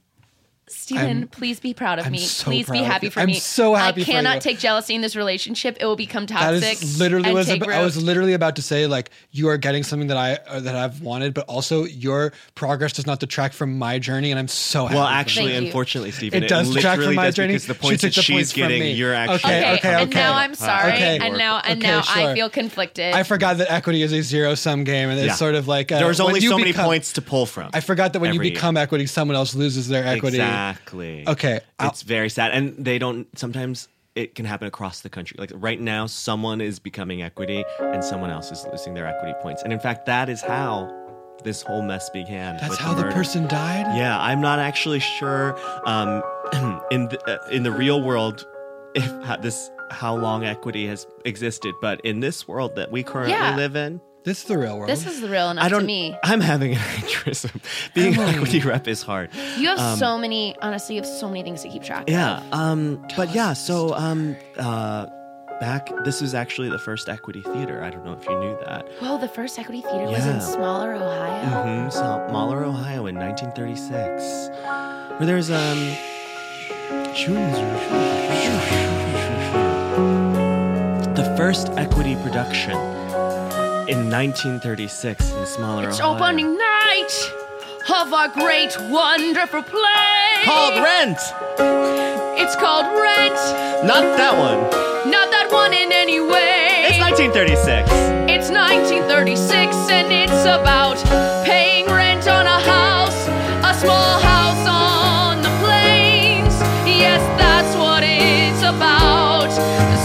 Speaker 7: Stephen, please be proud of
Speaker 1: I'm
Speaker 7: me.
Speaker 1: so
Speaker 7: please be
Speaker 1: proud of
Speaker 7: happy
Speaker 1: you.
Speaker 7: for
Speaker 1: I'm
Speaker 7: me.
Speaker 1: so happy
Speaker 7: I
Speaker 1: for
Speaker 7: cannot
Speaker 1: you.
Speaker 7: take jealousy in this relationship. It will become
Speaker 1: That
Speaker 7: toxic.
Speaker 1: is literally
Speaker 7: and
Speaker 1: was
Speaker 7: take
Speaker 1: ab- I
Speaker 7: root.
Speaker 1: was literally about to say like you are getting something that I uh, that I've wanted, but also your progress does not detract from my journey, and I'm so happy.
Speaker 5: Well,
Speaker 1: for you.
Speaker 5: actually,
Speaker 7: Thank you.
Speaker 5: unfortunately, Stephen,
Speaker 1: it does detract from
Speaker 5: literally
Speaker 1: my
Speaker 5: does
Speaker 1: journey.
Speaker 5: because the points
Speaker 1: she took
Speaker 5: that
Speaker 1: the
Speaker 5: she's
Speaker 1: points from
Speaker 5: getting,
Speaker 1: me.
Speaker 5: you're actually
Speaker 7: okay,
Speaker 1: okay, okay,
Speaker 7: and now I'm sorry,
Speaker 1: Okay.
Speaker 7: and now and
Speaker 1: Okay,
Speaker 7: now I
Speaker 1: sure.
Speaker 7: feel conflicted.
Speaker 1: I forgot that equity is a zero sum game, and it's
Speaker 5: Yeah.
Speaker 1: sort of like uh,
Speaker 5: there's
Speaker 1: when
Speaker 5: only
Speaker 1: you
Speaker 5: so many
Speaker 1: become-
Speaker 5: points to pull from.
Speaker 1: I forgot that when
Speaker 5: every
Speaker 1: you become equity, someone else loses their
Speaker 5: year.
Speaker 1: equity.
Speaker 5: exactly.
Speaker 1: Okay, I'll-
Speaker 5: it's very sad, and they don't. Sometimes it can happen across the country. Like right now, someone is becoming equity, and someone else is losing their equity points. And in fact, that is how this whole mess began.
Speaker 1: That's
Speaker 5: with
Speaker 1: how the
Speaker 5: murder.
Speaker 1: person died.
Speaker 5: Yeah, I'm not actually sure um, in the, uh, in the real world if how this how long equity has existed, but in this world that we currently
Speaker 7: Yeah.
Speaker 5: live in,
Speaker 1: This is the real world.
Speaker 7: this is real enough
Speaker 5: I don't.
Speaker 7: to me.
Speaker 5: I'm having an aneurysm. Being an equity rep is hard.
Speaker 7: You have
Speaker 1: um,
Speaker 7: so many. Honestly, you have so many things to keep track. of.
Speaker 5: Yeah. Um. But yeah. So um. Uh. Back. This is actually the first equity theater. I don't know if you knew that.
Speaker 7: Whoa, Oh, the first equity theater was in
Speaker 5: Yeah.
Speaker 7: Smaller, Ohio.
Speaker 5: hmm So, Mahler, Ohio, in 1936, where there's um. The first equity production in 1936 in Smaller,
Speaker 7: It's
Speaker 5: Ohio.
Speaker 7: opening night of our great, wonderful play.
Speaker 5: Called Rent.
Speaker 7: It's called Rent.
Speaker 5: Not that one.
Speaker 7: Not that one in any way.
Speaker 5: It's 1936.
Speaker 7: It's 1936 and it's about paying rent on a house, a small house on the plains. Yes, that's what it's about.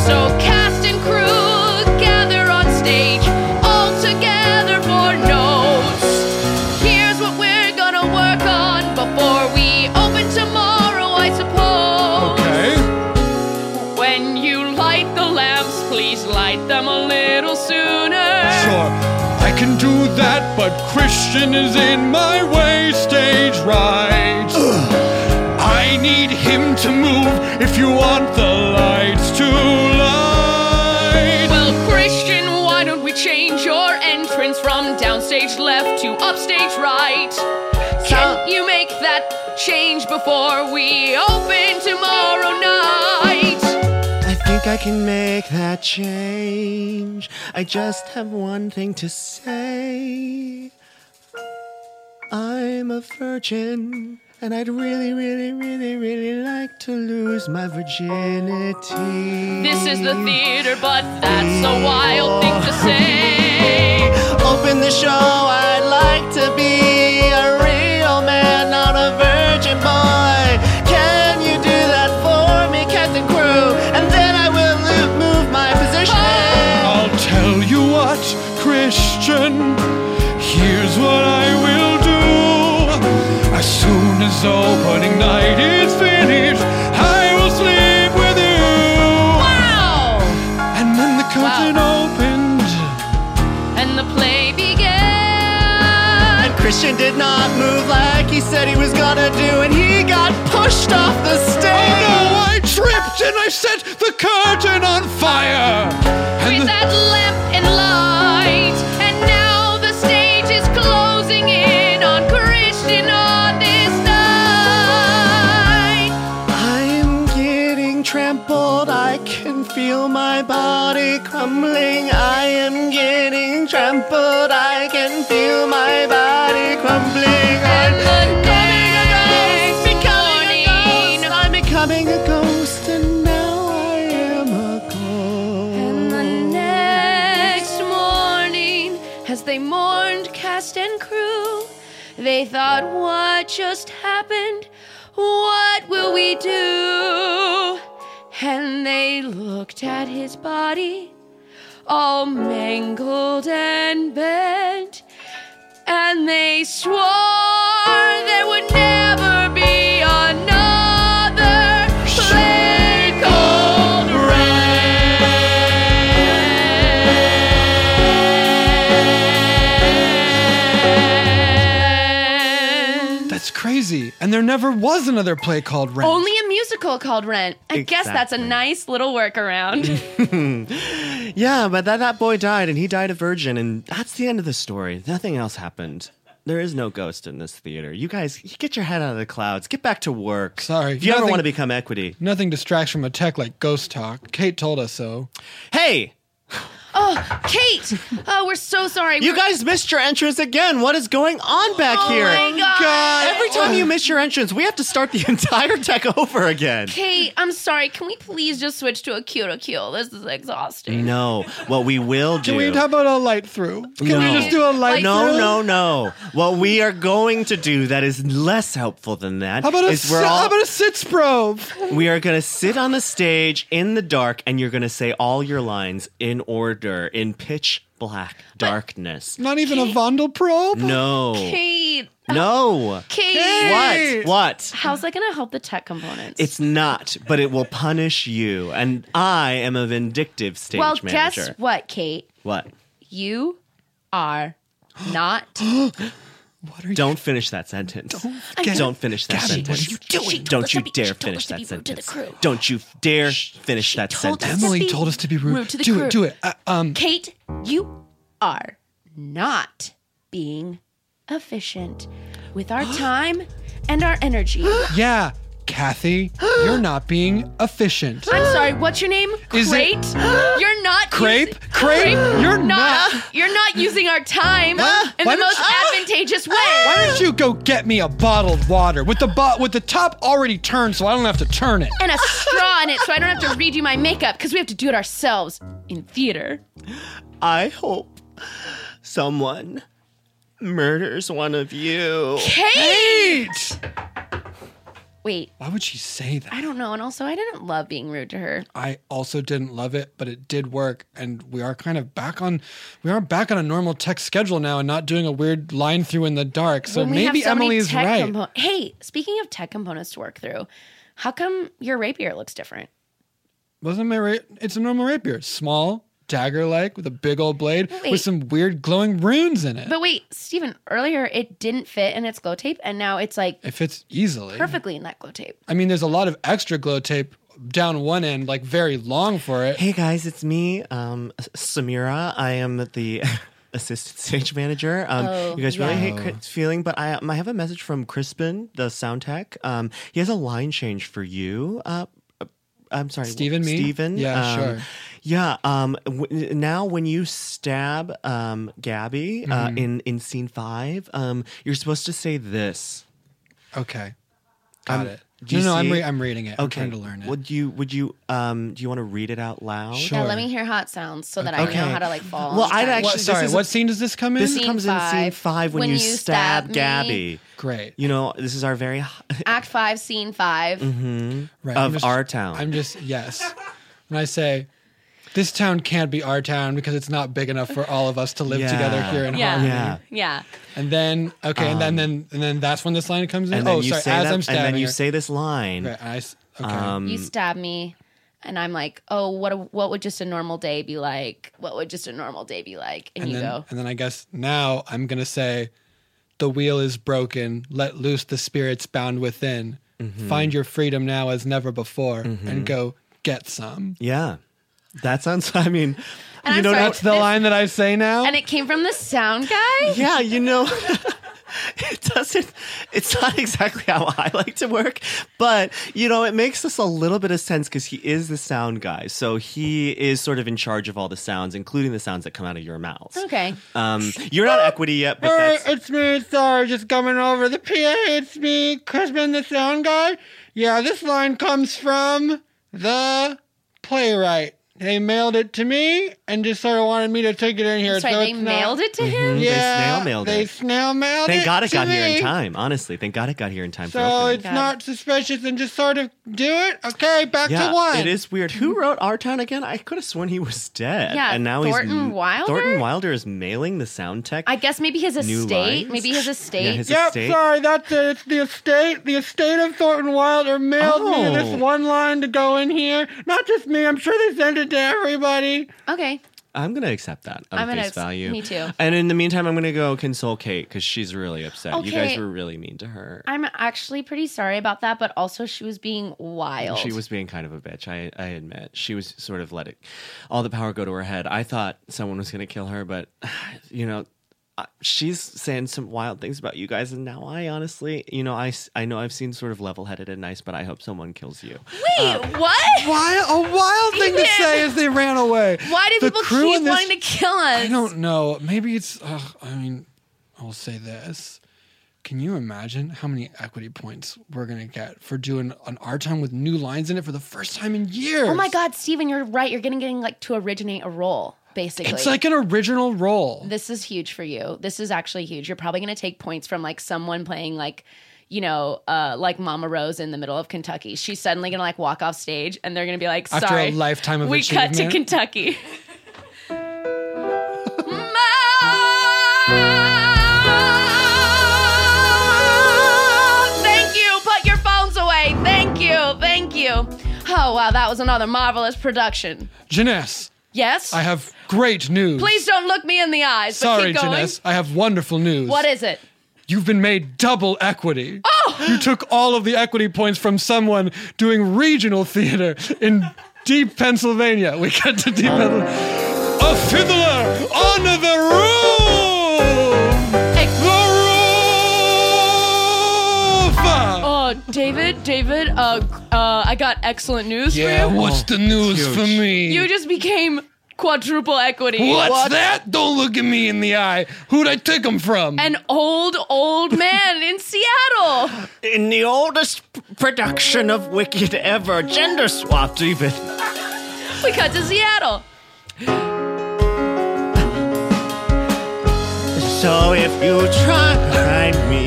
Speaker 7: So cast and crew gather on stage all together for notes. Here's what we're gonna work on before we open tomorrow, I suppose.
Speaker 1: okay.
Speaker 7: When you light the lamps, please light them a little sooner.
Speaker 1: Sure. I can do that, but Christian is in my way. Stage right. I need him to move if you want the lights to light.
Speaker 7: Well, Christian, why don't we change your entrance from downstage left to upstage right? Can you make that change before we open tomorrow night?
Speaker 5: I think I can make that change. I just have one thing to say. I'm a virgin, and I'd really, really, really, really like to lose my virginity.
Speaker 7: This is the theater, but that's a wild thing to say.
Speaker 5: Open the show, I'd like to be a real man, not a virgin boy. Can you do that for me, Captain Crew? And then I will lo- move my position.
Speaker 1: I'll tell you what, Christian. Here's what I will do. As soon as opening night is finished, I will sleep with you.
Speaker 7: Wow!
Speaker 1: And when the curtain opened,
Speaker 7: And the play began.
Speaker 5: And Christian did not move like he said he was gonna do, and he got pushed off the stage.
Speaker 1: oh, I tripped and I set the curtain on fire. And
Speaker 7: With
Speaker 1: the-
Speaker 7: that lamp and light, and now the stage is closing in on Christian on this night.
Speaker 5: I'm getting trampled. I can feel my
Speaker 7: my body crumbling. I am getting trampled. I can feel my body crumbling. I'm becoming a ghost. Becoming a ghost. I'm becoming a ghost, and now I am a
Speaker 2: And the
Speaker 7: ghost.
Speaker 2: next morning, as they mourned cast and crew, they thought, What just happened? What will we do? And they looked at his body, all mangled and bent, and they swore there would never be another plague called Rent.
Speaker 1: That's crazy. And there never was another play called Rent.
Speaker 2: Only a musical called Rent. I guess that's a
Speaker 5: Exactly.
Speaker 2: nice little workaround.
Speaker 5: Yeah, but that, that boy died and he died a virgin, and that's the end of the story. Nothing else happened. There is no ghost in this theater. You guys, you get your head out of the clouds. Get back to work.
Speaker 1: Sorry,
Speaker 5: If you ever
Speaker 1: nothing-
Speaker 5: want to become equity.
Speaker 1: Nothing distracts from a tech like Ghost Talk. Kate told us so.
Speaker 5: Hey,
Speaker 2: oh, Kate! Oh, we're so sorry.
Speaker 5: you
Speaker 2: We're-
Speaker 5: guys missed your entrance again. What is going on back
Speaker 2: Oh
Speaker 5: here?
Speaker 2: my God.
Speaker 5: Every time you miss your entrance, we have to start the entire deck over again.
Speaker 2: Kate, I'm sorry. Can we please just switch to a cue to cue? This is exhausting.
Speaker 5: No, what we will do.
Speaker 1: Can we how about a light through? Can
Speaker 5: No.
Speaker 1: we just do a light
Speaker 5: no,
Speaker 1: through?
Speaker 5: no, no. What we are going to do that is less helpful than that
Speaker 1: How about a,
Speaker 5: is
Speaker 1: si-
Speaker 5: we're all,
Speaker 1: how about a sits probe?
Speaker 5: we are going to sit on the stage in the dark and you're going to say all your lines in order in pitch black darkness.
Speaker 1: Not even a Vondel probe?
Speaker 5: No.
Speaker 2: Kate,
Speaker 5: No.
Speaker 2: Kate,
Speaker 5: What? What?
Speaker 2: How's that gonna help the tech components?
Speaker 5: It's not, but it will punish you. And I am a vindictive stage
Speaker 2: well,
Speaker 5: manager.
Speaker 2: guess what, Kate?
Speaker 5: what?
Speaker 2: You are not.
Speaker 5: Don't finish that sentence. Don't, finish that
Speaker 1: Gabby,
Speaker 5: sentence.
Speaker 1: what are you doing?
Speaker 2: She told us
Speaker 5: Don't you
Speaker 2: to be- she
Speaker 5: dare
Speaker 2: told
Speaker 5: finish
Speaker 2: us to
Speaker 5: that
Speaker 2: be rude to the
Speaker 5: sentence.
Speaker 2: crew.
Speaker 5: Don't you dare finish that
Speaker 2: told us
Speaker 5: sentence.
Speaker 2: to
Speaker 1: Emily
Speaker 2: be
Speaker 1: told us to be rude.
Speaker 2: rude to the
Speaker 1: do
Speaker 2: crew.
Speaker 1: it, do it. Uh, um,
Speaker 2: Kate, you are not being efficient with our time and our energy.
Speaker 1: yeah, Kathy, you're not being efficient.
Speaker 2: I'm sorry, what's your name?
Speaker 1: Is it-
Speaker 2: Crate? You're not
Speaker 1: Crepe?
Speaker 2: using-
Speaker 1: Crepe? You're
Speaker 2: not,
Speaker 1: not-
Speaker 2: you're not using our time in
Speaker 1: why
Speaker 2: the
Speaker 1: don't
Speaker 2: most
Speaker 1: you-
Speaker 2: advantageous way.
Speaker 1: Why don't you go get me a bottled water with the bo- with the top already turned, so I don't have to turn it.
Speaker 2: and a straw in it so I don't have to redo my makeup because we have to do it ourselves in theater.
Speaker 5: I hope someone murders one of you.
Speaker 1: Kate,
Speaker 2: Wait,
Speaker 1: why would she say
Speaker 2: I
Speaker 1: that?
Speaker 2: don't know. And also, I didn't love being rude to her.
Speaker 1: I also didn't love it, but it did work, and we are kind of back on we are back on a normal tech schedule now, and not doing a weird line through in the dark. So
Speaker 2: When we have
Speaker 1: maybe
Speaker 2: so many
Speaker 1: Emily is
Speaker 2: tech
Speaker 1: right.
Speaker 2: compo- hey, speaking of tech components to work through, how come your rapier looks different?
Speaker 1: Wasn't my ra- It's a normal rapier, small, dagger-like, with a big old blade,
Speaker 2: Wait.
Speaker 1: with some weird glowing runes in it.
Speaker 2: But wait, Steven, earlier it didn't fit in its glow tape, and now it's like
Speaker 1: it fits easily.
Speaker 2: perfectly in that glow tape.
Speaker 1: I mean, there's a lot of extra glow tape down one end, like very long for it.
Speaker 5: Hey guys, it's me, um, Samira. I am the assistant stage manager. Um,
Speaker 2: Oh,
Speaker 5: you guys
Speaker 2: yeah.
Speaker 5: really hate Chris feeling, but I, um, I have a message from Crispin, the sound tech. Um, he has a line change for you. Uh, uh, I'm sorry,
Speaker 1: Steven, me?
Speaker 5: Steven.
Speaker 1: Yeah,
Speaker 5: um,
Speaker 1: sure.
Speaker 5: Yeah. Um, w- now, when you stab um, Gabby uh,
Speaker 1: Mm-hmm.
Speaker 5: in in scene five, um, you're supposed to say this.
Speaker 1: Okay, got it.
Speaker 5: do
Speaker 1: No,
Speaker 5: you
Speaker 1: no,
Speaker 5: see
Speaker 1: I'm,
Speaker 5: it?
Speaker 1: re- I'm reading it. I'm trying to learn it.
Speaker 5: Would you would you um do you want to read it out loud?
Speaker 1: Sure.
Speaker 2: Now let me hear how it sounds so that I
Speaker 5: Okay.
Speaker 2: know how to like fall.
Speaker 5: Well,
Speaker 2: on
Speaker 5: I'd
Speaker 2: time.
Speaker 5: actually-
Speaker 1: What,
Speaker 5: this
Speaker 1: sorry,
Speaker 5: is a-
Speaker 1: what scene does this come in?
Speaker 5: This
Speaker 2: Scene
Speaker 5: comes in scene
Speaker 2: five,
Speaker 5: five when, you, stab,
Speaker 2: me.
Speaker 5: Gabby.
Speaker 1: Great.
Speaker 5: You know, this is our very
Speaker 2: Act five, scene 5
Speaker 1: Mm-hmm. right, I'm
Speaker 5: of
Speaker 1: just-
Speaker 5: our town.
Speaker 1: I'm just yes. When I say this town can't be our town because it's not big enough for all of us to live
Speaker 5: Yeah.
Speaker 1: together here in
Speaker 2: Yeah.
Speaker 1: Harlem.
Speaker 5: yeah.
Speaker 2: Yeah.
Speaker 1: And then okay, and then then and then that's when this line comes in.
Speaker 5: And then
Speaker 1: oh,
Speaker 5: you
Speaker 1: sorry,
Speaker 5: say
Speaker 1: as
Speaker 5: that,
Speaker 1: I'm stabbing
Speaker 5: and then you
Speaker 1: her.
Speaker 5: say Um, this line.
Speaker 1: Right, I s- okay.
Speaker 2: you stab me and i'm like oh what a, what would just a normal day be like what would just a normal day be like and,
Speaker 1: and
Speaker 2: you
Speaker 1: then
Speaker 2: go
Speaker 1: and then I guess now I'm gonna say, the wheel is broken. Let loose the spirits bound within.
Speaker 5: Mm-hmm.
Speaker 1: Find your freedom now as never before, and go get some.
Speaker 5: Yeah. That sounds I mean
Speaker 2: And
Speaker 5: you
Speaker 2: I'm
Speaker 5: know
Speaker 2: sorry,
Speaker 5: that's
Speaker 1: That's the
Speaker 2: This-
Speaker 1: line that I say now.
Speaker 2: and it came from the sound guy
Speaker 5: yeah, you know it doesn't it's not exactly how I like to work, but you know, it makes us a little bit of sense because he is the sound guy. So he is sort of in charge of all the sounds, including the sounds that come out of your mouths.
Speaker 2: Okay.
Speaker 5: Um you're not equity yet, but that's
Speaker 1: Uh, it's me, sorry, just coming over the PA. It's me, Crispin, the sound guy. Yeah, this line comes from the playwright. They mailed it to me and just sort of wanted me to take it in here.
Speaker 2: That's right.
Speaker 1: so
Speaker 2: They
Speaker 1: it's not-
Speaker 2: mailed it to
Speaker 1: Mm-hmm.
Speaker 2: him.
Speaker 1: Yeah,
Speaker 5: snail mailed
Speaker 1: They
Speaker 5: it.
Speaker 1: snail mailed
Speaker 5: Thank
Speaker 1: it
Speaker 5: God it
Speaker 1: to
Speaker 5: got here
Speaker 1: me.
Speaker 5: in time. Honestly, thank God it got here in time. for
Speaker 1: So
Speaker 5: opening.
Speaker 1: it's not suspicious and just sort of do it. Okay, back
Speaker 5: yeah,
Speaker 1: to one.
Speaker 5: it is weird. Who wrote Our Town again? I could have sworn he was dead.
Speaker 2: Yeah,
Speaker 5: and now
Speaker 2: Thornton
Speaker 5: he's
Speaker 2: Wilder?
Speaker 5: Thornton Wilder is mailing the sound tech.
Speaker 2: I guess maybe his
Speaker 5: New
Speaker 2: estate.
Speaker 5: lines?
Speaker 2: Maybe his estate.
Speaker 5: Yeah, his
Speaker 1: Yep,
Speaker 5: estate.
Speaker 1: sorry, that's it. It's the estate. The estate of Thornton Wilder mailed me
Speaker 5: Oh.
Speaker 1: this one line to go in here. Not just me, I'm sure they sent it to everybody.
Speaker 2: okay.
Speaker 5: I'm gonna accept that on
Speaker 2: I'm gonna
Speaker 5: face
Speaker 2: accept-
Speaker 5: value.
Speaker 2: me too.
Speaker 5: And in the meantime, I'm gonna go console Kate because she's really upset. You guys
Speaker 2: Okay.
Speaker 5: were really mean to her.
Speaker 2: I'm actually pretty sorry about that, but also she was being wild.
Speaker 5: She was being kind of a bitch. I, I admit she was sort of letting all the power go to her head. I thought someone was gonna kill her, but you know, I- she's saying some wild things about you guys, and now I honestly, you know, I s- I know I've seen sort of level headed and nice, but I hope someone kills you.
Speaker 2: Wait, what?
Speaker 1: Wild, a wild thing to
Speaker 2: Yeah.
Speaker 1: say is they ran away.
Speaker 2: Why do
Speaker 1: The
Speaker 2: people
Speaker 1: crew
Speaker 2: keep
Speaker 1: in this-
Speaker 2: wanting to kill us?
Speaker 1: I don't know. Maybe it's. Ugh, I mean, I'll say this. Can you imagine how many equity points we're gonna get for doing an R time with new lines in it for the first time in years?
Speaker 2: Oh my God, Steven, you're right. You're getting getting like to originate a role, basically.
Speaker 1: It's like an original role.
Speaker 2: this is huge for you. This is actually huge. You're probably going to take points from like someone playing like, you know, uh, like Mama Rose in the middle of Kentucky. She's suddenly going to like walk off stage, and they're going to be like,
Speaker 1: After a
Speaker 2: "Sorry,
Speaker 1: lifetime of
Speaker 2: we cut to
Speaker 1: achievement."
Speaker 2: Kentucky." Thank you. Put your phones away. Thank you. Thank you. Oh wow, that was another marvelous production.
Speaker 1: Jeunesse,
Speaker 2: Yes.
Speaker 1: I have great news.
Speaker 2: Please don't look me in the eyes. But
Speaker 1: Sorry,
Speaker 2: keep going.
Speaker 1: Jeunesse, I have wonderful news.
Speaker 2: What is it?
Speaker 1: You've been made double equity. Oh! You took all of the equity points from someone doing regional theater in deep Pennsylvania. We cut to deep Pennsylvania. A fiddler on the roof!
Speaker 2: Hey.
Speaker 1: The roof!
Speaker 2: Uh, David, David, uh, uh, I got excellent news
Speaker 1: yeah,
Speaker 2: for you.
Speaker 1: what's the news for me?
Speaker 2: You just became quadruple equity.
Speaker 1: What's that? Don't look at me in the eye. Who'd I take them from?
Speaker 2: An old, old man in Seattle.
Speaker 5: In the oldest production of Wicked ever, gender swapped even.
Speaker 2: We cut to Seattle.
Speaker 5: So if you try find me,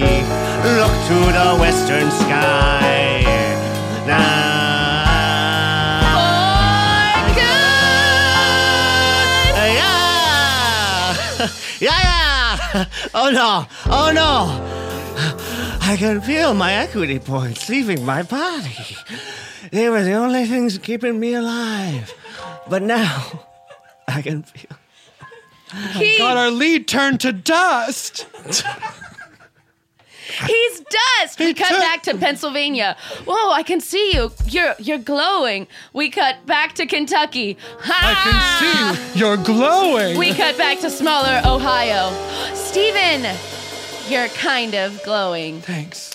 Speaker 5: look to the western sky. Now.
Speaker 2: Boy, good.
Speaker 5: Yeah! Yeah, yeah! Oh no! Oh no! I can feel my equity points leaving my body. They were the only things keeping me alive. But now, I can feel.
Speaker 2: He,
Speaker 1: Got our lead turned to dust.
Speaker 2: he's dust. We cut
Speaker 1: took-
Speaker 2: back to Pennsylvania. Whoa, I can see you. You're you're glowing. We cut back to Kentucky.
Speaker 1: I can see you. You're glowing.
Speaker 2: We cut back to smaller Ohio. Steven, you're kind of glowing.
Speaker 1: Thanks.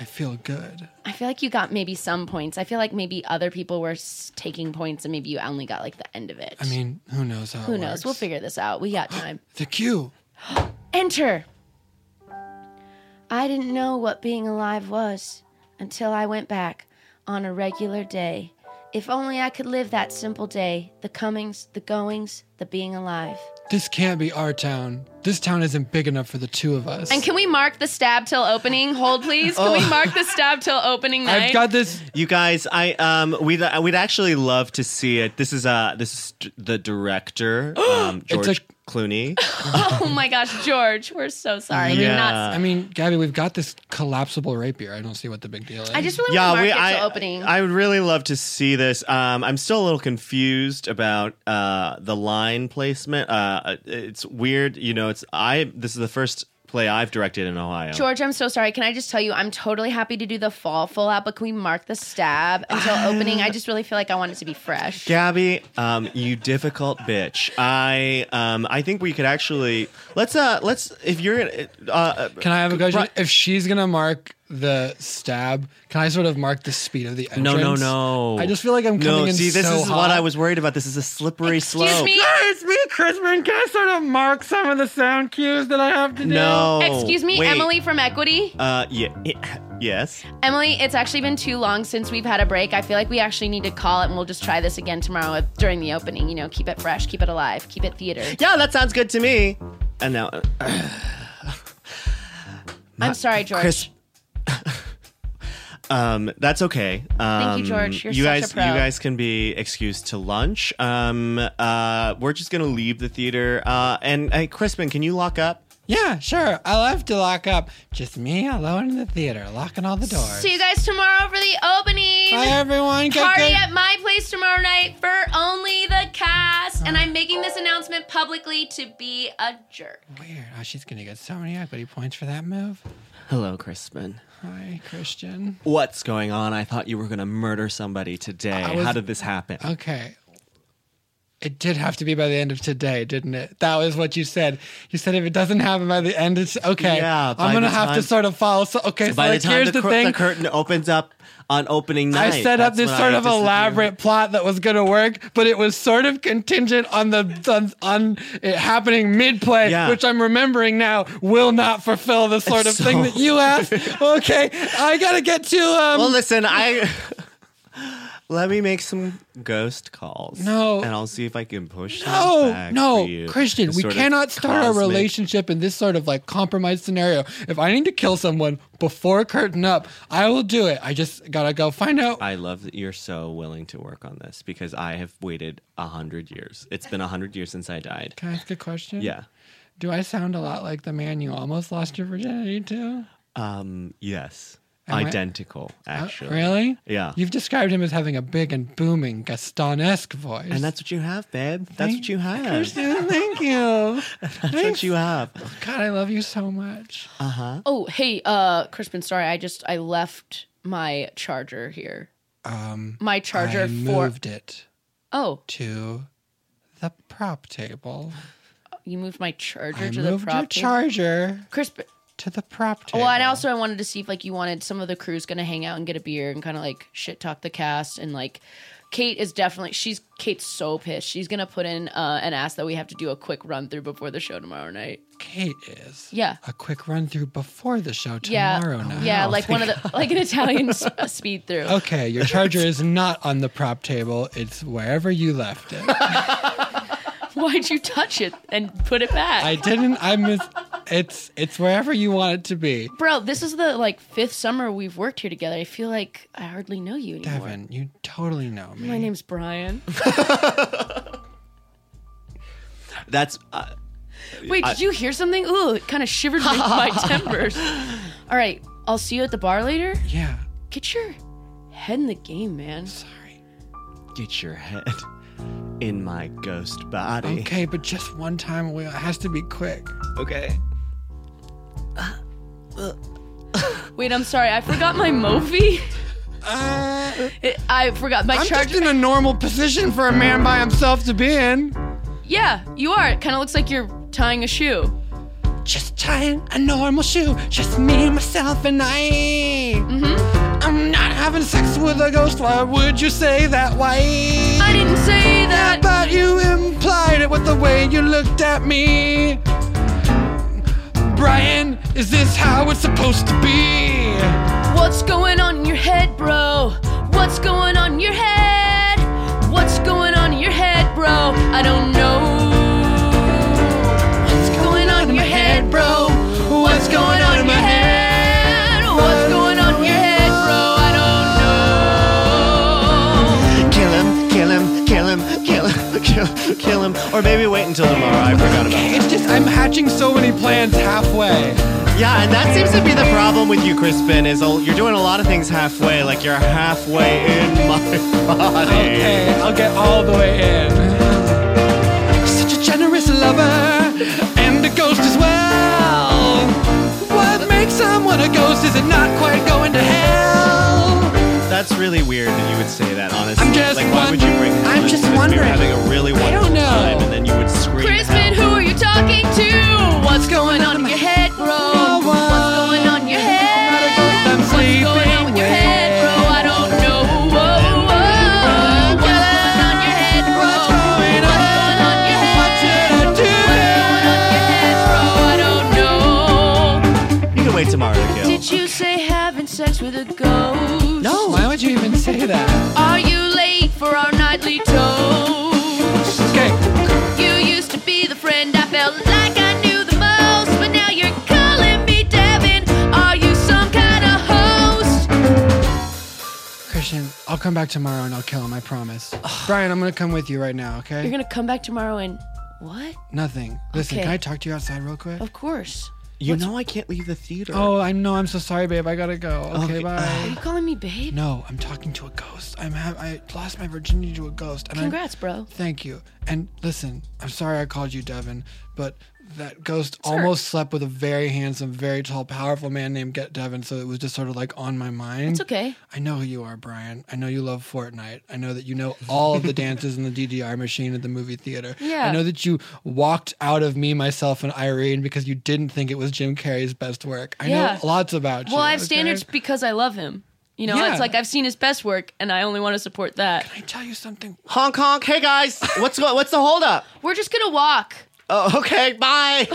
Speaker 1: I feel good.
Speaker 2: I feel like you got maybe some points. I feel like maybe other people were s- taking points and maybe you only got like the end of it.
Speaker 1: I mean, who knows how
Speaker 2: who
Speaker 1: it
Speaker 2: knows?
Speaker 1: works.
Speaker 2: We'll figure this out. We got time.
Speaker 1: The cue.
Speaker 2: Enter. I didn't know what being alive was until I went back on a regular day. If only I could live that simple day the comings, the goings, the being alive.
Speaker 1: This can't be our town. This town isn't big enough for the two of us.
Speaker 2: And can we mark the stab till opening? Hold, please. Can we mark the stab till opening night?
Speaker 1: Oh. I've got this.
Speaker 5: You guys, I um, we'd we'd actually love to see it. This is uh, this is d- the director, um,
Speaker 1: It's
Speaker 5: George
Speaker 1: a-
Speaker 5: Clooney.
Speaker 2: oh my gosh, George, we're so sorry. You're not.
Speaker 5: Yeah.
Speaker 1: I mean, Gabby, we've got this collapsible rapier. I don't see what the big deal is.
Speaker 2: I just really
Speaker 5: yeah,
Speaker 2: want to
Speaker 5: we,
Speaker 2: mark it till
Speaker 5: I,
Speaker 2: opening.
Speaker 5: I would really love to see this. Um, I'm still a little confused about uh, the line placement. Uh, it's weird, you know. It's I. This is the first play I've directed in Ohio.
Speaker 2: George, I'm so sorry. Can I just tell you, I'm totally happy to do the fall full out, but can we mark the stab until opening? I just really feel like I want it to be fresh.
Speaker 5: Gabby, um, you difficult bitch. I um, I think we could actually let's uh let's if you're gonna uh, uh,
Speaker 1: Can I have a question?
Speaker 5: Right.
Speaker 1: If she's gonna mark the stab, can I sort of mark the speed of the entrance?
Speaker 5: no no no.
Speaker 1: I just feel like I'm coming
Speaker 5: no,
Speaker 1: in
Speaker 5: See, this
Speaker 1: so
Speaker 5: is what
Speaker 1: hot.
Speaker 5: I was worried about. This is a slippery
Speaker 2: Excuse
Speaker 5: slope.
Speaker 2: me.
Speaker 8: it's me, Crispin. Can I sort of mark some of the sound cues that I have to do?
Speaker 5: No.
Speaker 2: Excuse me,
Speaker 5: Oh, Wait.
Speaker 2: Emily from Equity.
Speaker 5: Uh, yeah, yes.
Speaker 2: Emily, it's actually been too long since we've had a break. I feel like we actually need to call it and we'll just try this again tomorrow at- during the opening. You know, keep it fresh, keep it alive, keep it theater.
Speaker 5: Yeah, that sounds good to me. And now, uh,
Speaker 2: I'm sorry, George.
Speaker 5: Chris. um, that's okay. Um,
Speaker 2: you, George. You're
Speaker 5: you
Speaker 2: such a
Speaker 5: guys,
Speaker 2: pro.
Speaker 5: you guys can be excused to lunch. Um, uh, we're just gonna leave the theater. Uh, and hey, Crispin, can you lock up?
Speaker 1: Yeah, sure. I love to lock up. Just me alone in the theater, locking all the doors.
Speaker 2: See you guys tomorrow for the opening.
Speaker 1: Bye, everyone. Get
Speaker 2: Party
Speaker 1: good.
Speaker 2: at my place tomorrow night for only the cast. And I'm making this announcement publicly to be a jerk.
Speaker 1: Weird. Oh, she's gonna get so many equity points for that move.
Speaker 5: Hello, Crispin.
Speaker 1: Hi, Christian.
Speaker 5: What's going on? I thought you were gonna murder somebody today.
Speaker 1: I was-
Speaker 5: How did this happen?
Speaker 1: Okay. It did have to be by the end of today, didn't it? That was what you said. You said if it doesn't happen by the end, it's okay.
Speaker 5: Yeah, by
Speaker 1: I'm gonna
Speaker 5: the
Speaker 1: have to
Speaker 5: time-
Speaker 1: sort of follow. So okay, so
Speaker 5: By
Speaker 1: like,
Speaker 5: the time
Speaker 1: here's
Speaker 5: the,
Speaker 1: the
Speaker 5: cur-
Speaker 1: thing.
Speaker 5: the curtain opens up on opening night,
Speaker 1: I set up
Speaker 5: that's
Speaker 1: this
Speaker 5: when
Speaker 1: sort
Speaker 5: I
Speaker 1: of
Speaker 5: disappear.
Speaker 1: elaborate plot that was going to work, but it was sort of contingent on the on, on it happening mid play,
Speaker 5: Yeah.
Speaker 1: which I'm remembering now will not fulfill the sort of
Speaker 5: So-
Speaker 1: thing that you asked. okay, I got to get to um.
Speaker 5: Well, listen, I let me make some ghost calls.
Speaker 1: No.
Speaker 5: and I'll see if I can push. those
Speaker 1: no,
Speaker 5: back for
Speaker 1: Oh, no,
Speaker 5: you.
Speaker 1: Christian,
Speaker 5: The
Speaker 1: we
Speaker 5: sort of
Speaker 1: cannot start our
Speaker 5: cosmic-
Speaker 1: relationship in this sort of like compromise scenario. If I need to kill someone before curtain up, I will do it. I just gotta go find out.
Speaker 5: I love that you're so willing to work on this because I have waited a hundred years. It's been a hundred years since I died.
Speaker 1: Can I ask a question?
Speaker 5: Yeah.
Speaker 1: Do I sound a lot like the man you almost lost your virginity to?
Speaker 5: Um.
Speaker 1: I-
Speaker 5: Yes.
Speaker 1: Uh,
Speaker 5: Identical, actually.
Speaker 1: Really?
Speaker 5: Yeah.
Speaker 1: You've described him as having a big and booming Gastonesque voice.
Speaker 5: and that's what you have, babe. That's what you have.
Speaker 1: Kirsten, thank you.
Speaker 5: That's what you have.
Speaker 1: God, I love you so much.
Speaker 2: Oh, hey, uh, Crispin, sorry, I just I left my charger here. Um my charger
Speaker 1: I
Speaker 2: for
Speaker 1: moved it
Speaker 2: Oh,
Speaker 1: to the prop table.
Speaker 2: you moved my charger
Speaker 1: I
Speaker 2: to the
Speaker 1: moved your
Speaker 2: prop. table?
Speaker 1: charger
Speaker 2: Crispin
Speaker 1: to the prop table.
Speaker 2: Well, and also I wanted to see if like you wanted some of the crew's gonna hang out and get a beer and kind of like shit talk the cast and like Kate is definitely she's Kate's so pissed. She's gonna put in uh, an ask that we have to do a quick run through before the show tomorrow night.
Speaker 1: Kate is.
Speaker 2: Yeah.
Speaker 1: A quick run through before the show
Speaker 2: Yeah,
Speaker 1: Uh, tomorrow night. Oh
Speaker 2: yeah, like one of the like an Italian s- speed through.
Speaker 1: Okay, your charger is not on the prop table. It's wherever you left it.
Speaker 2: Why'd you touch it and put it back?
Speaker 1: I didn't. I miss. It's it's wherever you want it to be.
Speaker 2: Bro, this is the like fifth summer we've worked here together. I feel like I hardly know you anymore.
Speaker 1: Devin, you totally know me.
Speaker 2: My name's Brian.
Speaker 5: That's. Uh,
Speaker 2: Wait, did you hear something? Ooh, it kind of shivered my, my timbers. All right, I'll see you at the bar later.
Speaker 1: Yeah.
Speaker 2: Get your head in the game, man.
Speaker 1: Sorry.
Speaker 5: get your head in my ghost body.
Speaker 1: Okay, but just one time. We, it has to be quick.
Speaker 5: Okay.
Speaker 2: Wait, I'm sorry. I forgot my Mophie.
Speaker 1: Uh,
Speaker 2: It- I forgot my
Speaker 1: I'm
Speaker 2: charger.
Speaker 1: just in a normal position for a man by himself to be in.
Speaker 2: yeah, you are. It kind of looks like you're tying a shoe.
Speaker 1: Just tying a normal shoe. Just me, myself, and I. Mm-hmm. I'm not having sex with a ghost. Why would you say that? Why?
Speaker 2: I didn't say that.
Speaker 1: But you implied it with the way you looked at me. Brian, is this how it's supposed to be?
Speaker 2: What's going on in your head, bro? What's going on in your head? What's going on in your head, bro? I don't know. What's going on in your head, bro? What's going on in your head? What's going on in your head, bro? I don't know.
Speaker 5: Kill him, kill him, kill him, kill him, kill him, kill him. Or maybe wait until tomorrow. I forgot about that.
Speaker 1: It's just I'm hatching so many plans halfway.
Speaker 5: Yeah, and that seems to be the problem with you, Crispin, is a- you're doing a lot of things halfway. Like you're halfway in my body.
Speaker 1: Okay, I'll get all the way in. Such a generous lover and a ghost as well. else is it not quite going to hell?
Speaker 5: That's really weird that you would say that, honestly.
Speaker 1: I'm just
Speaker 5: like, why would you bring
Speaker 1: wondering-
Speaker 5: that
Speaker 1: I'm
Speaker 5: up?
Speaker 1: just
Speaker 5: Because
Speaker 1: wondering.
Speaker 5: We were having a really
Speaker 1: I
Speaker 5: wonderful
Speaker 1: don't know.
Speaker 5: time, and then you would scream.
Speaker 2: Crispin, who are you talking to? What's going on in your head, bro? What's going on in your head? What's going on with your head, bro? I don't know. Whoa, whoa. What's going on in your head, bro? What's going on in your head? What's going on in your head, bro? I don't know.
Speaker 5: You can wait tomorrow to kill.
Speaker 2: Did you say having sex with a ghost?
Speaker 1: No. Why would you even say that?
Speaker 2: Are you late for our nightly toast?
Speaker 1: Okay.
Speaker 2: You used to be the friend I felt like I knew the most, but now you're calling me Devin. Are you some kind of host?
Speaker 1: Christian, I'll come back tomorrow and I'll kill him, I promise. Brian, I'm gonna come with you right now, okay?
Speaker 2: You're gonna come back tomorrow and what?
Speaker 1: Nothing. Listen,
Speaker 2: Okay.
Speaker 1: can I talk to you outside real quick?
Speaker 2: Of course.
Speaker 5: You know I can't leave the theater.
Speaker 1: Oh, I know. I'm so sorry, babe. I gotta go. Okay,
Speaker 5: Okay,
Speaker 2: Are
Speaker 1: bye.
Speaker 2: you calling me babe?
Speaker 1: No, I'm talking to a ghost. I'm ha- I lost my virginity to a ghost. And I'm-
Speaker 2: Congrats, bro.
Speaker 1: Thank you. And listen, I'm sorry I called you Devin, but that ghost almost slept with a very handsome, very tall, powerful man named Get Devin, so it was just sort of like on my mind.
Speaker 2: It's okay.
Speaker 1: I know who you are, Brian. I know you love Fortnite. I know that you know all of the dances in the DDR machine at the movie theater.
Speaker 2: Yeah.
Speaker 1: I know that you walked out of me, myself, and Irene because you didn't think it was Jim Carrey's best work. I
Speaker 2: Yeah.
Speaker 1: know lots about you.
Speaker 2: Well, I have
Speaker 1: okay?
Speaker 2: standards because I love him. You know,
Speaker 1: Yeah.
Speaker 2: it's like I've seen his best work and I only want to support that.
Speaker 1: Can I tell you something?
Speaker 9: Honk honk. Hey guys, what's go- what's the holdup?
Speaker 2: We're just gonna walk.
Speaker 9: Oh, okay, bye.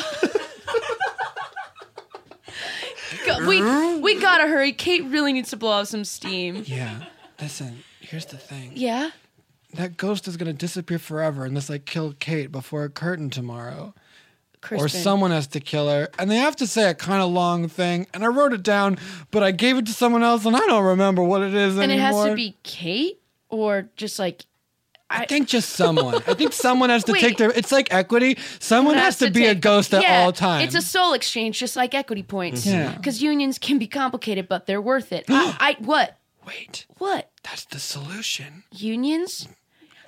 Speaker 2: Go- we we gotta hurry. Kate really needs to blow off some steam.
Speaker 1: Yeah. Listen, here's the thing.
Speaker 2: Yeah?
Speaker 1: That ghost is gonna disappear forever unless I kill Kate before a curtain tomorrow.
Speaker 2: Crispin.
Speaker 1: Or someone has to kill her. And they have to say a kind of long thing. And I wrote it down, but I gave it to someone else and I don't remember what it is
Speaker 2: And it
Speaker 1: anymore.
Speaker 2: has to be Kate or just like
Speaker 1: I think just someone. I think someone has to take
Speaker 2: Wait.
Speaker 1: their. It's like equity. Someone has, to, be a
Speaker 2: take-
Speaker 1: ghost at
Speaker 2: Yeah,
Speaker 1: all times.
Speaker 2: It's a soul exchange, just like equity points.
Speaker 1: Yeah.
Speaker 2: Because unions can be complicated, but they're worth it. I, I what?
Speaker 1: wait.
Speaker 2: What
Speaker 1: That's the solution.
Speaker 2: unions?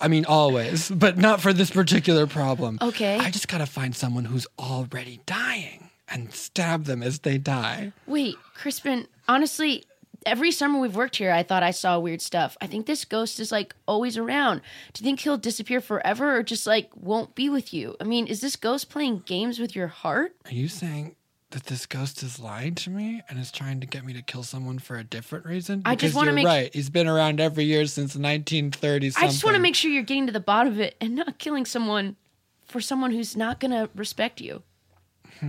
Speaker 1: I mean, always, but not for this particular problem.
Speaker 2: Okay.
Speaker 1: I just gotta find someone who's already dying and stab them as they die.
Speaker 2: Wait, Crispin. Honestly, every summer we've worked here, I thought I saw weird stuff. I think this ghost is like always around. Do you think he'll disappear forever, or just like won't be with you? I mean, is this ghost playing games with your heart?
Speaker 1: Are you saying that this ghost is lying to me and is trying to get me to kill someone for a different reason?
Speaker 2: I just
Speaker 1: Because
Speaker 2: wanna
Speaker 1: you're
Speaker 2: make-
Speaker 1: right. He's been around every year since 1930.
Speaker 2: I just want to make sure you're getting to the bottom of it and not killing someone for someone who's not going to respect you. I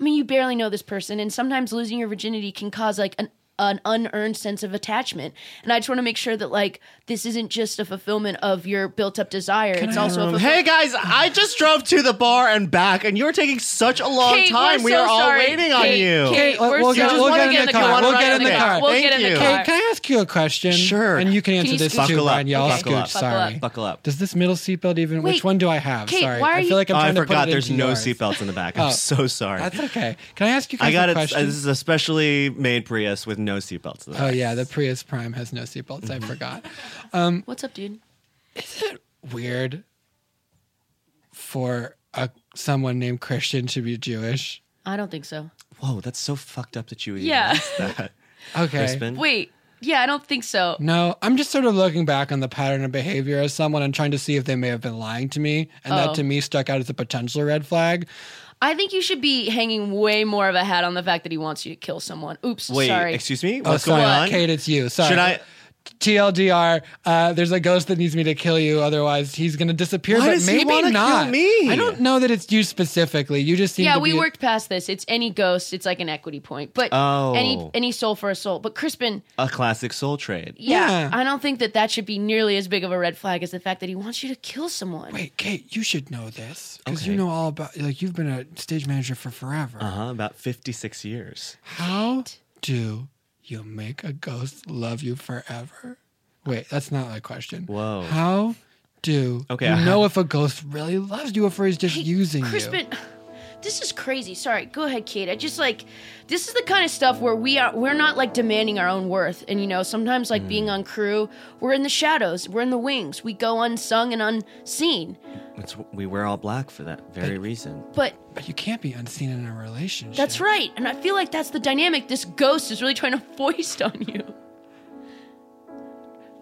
Speaker 2: mean, you barely know this person, and sometimes losing your virginity can cause like an an unearned sense of attachment. And I just want to make sure that like this isn't just a fulfillment of your built up desire. it's also a fulfill-
Speaker 9: hey guys, I just drove to the bar and back, and you're taking such a long
Speaker 2: Kate,
Speaker 9: time.
Speaker 2: we're
Speaker 9: we
Speaker 2: so
Speaker 9: are all
Speaker 2: sorry.
Speaker 9: waiting on
Speaker 2: Kate,
Speaker 9: you.
Speaker 2: Kate,
Speaker 1: We'll-
Speaker 2: we're
Speaker 1: oh, we'll
Speaker 2: so-
Speaker 1: get-
Speaker 2: I just
Speaker 1: we'll
Speaker 2: wanna
Speaker 1: get in the car. We'll
Speaker 2: right
Speaker 1: get in the car.
Speaker 2: We'll
Speaker 9: Thank
Speaker 2: get in the
Speaker 9: you.
Speaker 2: car.
Speaker 1: Hey, can I ask you a question?
Speaker 9: Sure.
Speaker 1: And you can answer
Speaker 2: you
Speaker 1: this
Speaker 2: scoot-
Speaker 1: too,
Speaker 5: Buckle up.
Speaker 1: Brian. Yeah, I'll
Speaker 5: Buckle
Speaker 1: scoot.
Speaker 5: up.
Speaker 1: Sorry.
Speaker 5: Buckle up.
Speaker 1: Does this middle seatbelt even?
Speaker 2: Wait.
Speaker 1: which one do I have?
Speaker 2: Kate,
Speaker 1: sorry,
Speaker 2: why are
Speaker 1: I
Speaker 2: you-
Speaker 1: feel like I'm
Speaker 5: Oh, I
Speaker 1: trying to put
Speaker 5: forgot
Speaker 1: it
Speaker 5: there's
Speaker 1: into
Speaker 5: no
Speaker 1: yours.
Speaker 5: seatbelts in the back. I'm
Speaker 1: Oh.
Speaker 5: so sorry.
Speaker 1: That's okay. Can I ask you guys
Speaker 5: I got
Speaker 1: a
Speaker 5: it.
Speaker 1: question?
Speaker 5: This is a specially made Prius with no seatbelts in the
Speaker 1: oh
Speaker 5: back.
Speaker 1: yeah, the Prius Prime has no seatbelts.
Speaker 5: Mm-hmm.
Speaker 1: I forgot.
Speaker 2: What's up, dude?
Speaker 1: Is it weird for a, someone named Christian to be Jewish?
Speaker 2: I don't think so.
Speaker 5: Whoa, that's so fucked up that you even
Speaker 2: Yeah.
Speaker 5: asked that.
Speaker 1: Okay.
Speaker 5: Crispin.
Speaker 2: Wait. Yeah, I don't think so.
Speaker 1: No, I'm just sort of looking back on the pattern of behavior of someone and trying to see if they may have been lying to me, and
Speaker 2: Oh.
Speaker 1: that to me stuck out as a potential red flag.
Speaker 2: I think you should be hanging way more of a hat on the fact that he wants you to kill someone. Oops,
Speaker 5: Wait,
Speaker 2: sorry.
Speaker 5: excuse me?
Speaker 1: Oh,
Speaker 5: What's
Speaker 1: sorry,
Speaker 5: going on?
Speaker 1: Kate, it's you. Sorry.
Speaker 5: Should I?
Speaker 1: TLDR, uh, there's a ghost that needs me to kill you. Otherwise, he's gonna disappear.
Speaker 5: Why
Speaker 1: but
Speaker 5: does he
Speaker 1: maybe
Speaker 5: wanna
Speaker 1: not.
Speaker 5: kill me?
Speaker 1: I don't know that it's you specifically. You just seem
Speaker 2: yeah,
Speaker 1: to
Speaker 2: we
Speaker 1: be-
Speaker 2: worked past this. It's any ghost. It's like an equity point, but
Speaker 5: Oh.
Speaker 2: any any soul for a soul. But Crispin,
Speaker 5: A classic soul trade.
Speaker 2: yeah,
Speaker 1: Yeah.
Speaker 2: I don't think that that should be nearly as big of a red flag as the fact that he wants you to kill someone.
Speaker 1: Wait, Kate, you should know this because you
Speaker 5: Okay.
Speaker 1: know all about. Like you've been a stage manager for forever.
Speaker 5: Uh huh. About 56 years.
Speaker 1: How do you make a ghost love you forever? Wait, that's not my question.
Speaker 5: Whoa.
Speaker 1: How do
Speaker 5: Okay,
Speaker 1: you
Speaker 5: I-
Speaker 1: know if a ghost really loves you or if he's just using you?
Speaker 2: Crispin, this is crazy. Sorry, go ahead, Kate. I just like this is the kind of stuff where we are we're not like demanding our own worth. And you know, sometimes like
Speaker 1: Hmm.
Speaker 2: being on crew, we're in the shadows, we're in the wings, we go unsung and unseen.
Speaker 10: It's, we wear all black for that very reason.
Speaker 2: But
Speaker 1: But you can't be unseen in a relationship.
Speaker 2: that's right, and I feel like that's the dynamic this ghost is really trying to foist on you.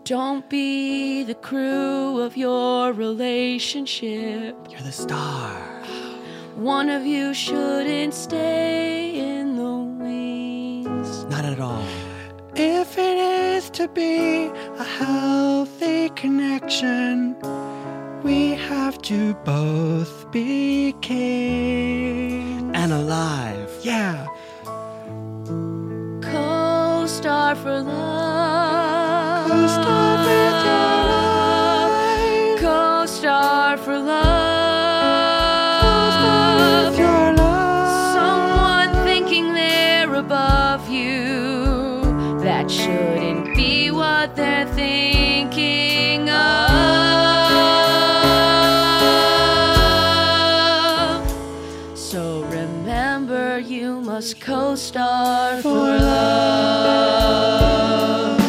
Speaker 2: Don't be the crew of your relationship.
Speaker 10: You're the star.
Speaker 2: One of you shouldn't stay in the wings.
Speaker 10: Not at all.
Speaker 1: If it is to be a healthy connection, we have to both be king.
Speaker 10: And alive.
Speaker 1: Yeah.
Speaker 2: Co-star for love.
Speaker 1: Co-star with your life.
Speaker 2: Co-star for love.
Speaker 1: With your love.
Speaker 2: Someone thinking they're above you. That shouldn't be what they're thinking of. So remember, you must co star for love.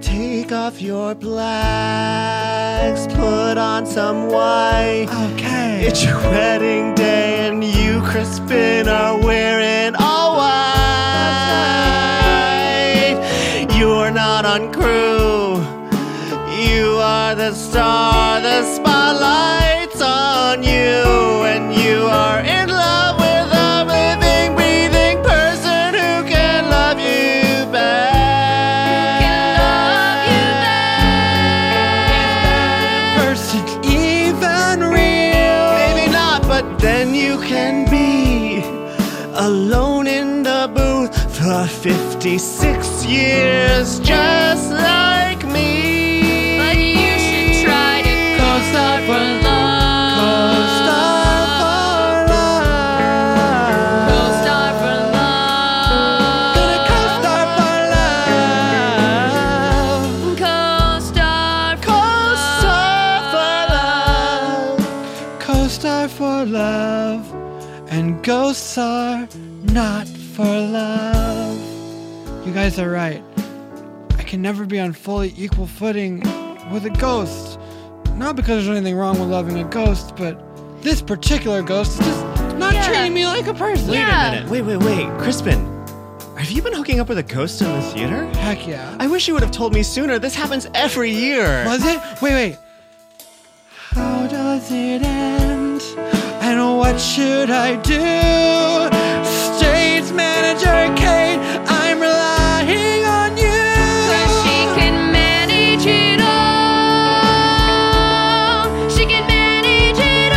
Speaker 5: Take off your blacks, put on some white.
Speaker 1: Okay.
Speaker 5: It's your wedding day, and you, Crispin, are wearing all white. You're not on crew, you are the star, the spotlight's on you, and you are in love with a living, breathing person who can love you back.
Speaker 1: person even real.
Speaker 5: Maybe not, but then you can be alone in the booth for 56 years, just like me.
Speaker 2: But you should try to co-star for
Speaker 5: Star
Speaker 2: love.
Speaker 5: for love.
Speaker 2: Co-star for love.
Speaker 5: Gonna co-star for love.
Speaker 2: Co-star for
Speaker 5: Co-star
Speaker 1: Co-star
Speaker 5: for love.
Speaker 1: for love, and ghosts are not for love. You guys are right. I can never be on fully equal footing with a ghost. Not because there's anything wrong with loving a ghost, but this particular ghost is just not
Speaker 2: Yeah.
Speaker 1: treating me like a person.
Speaker 10: Wait
Speaker 2: Yeah.
Speaker 10: a minute. Wait, wait, wait. Crispin, have you been hooking up with a ghost in the theater?
Speaker 1: Heck yeah.
Speaker 10: I wish you would have told me sooner. This happens every year.
Speaker 1: Was it? Wait, wait. How does it end? And what should I do? Stage manager Kate, I'm relying on you.
Speaker 2: She can manage it all. She can manage it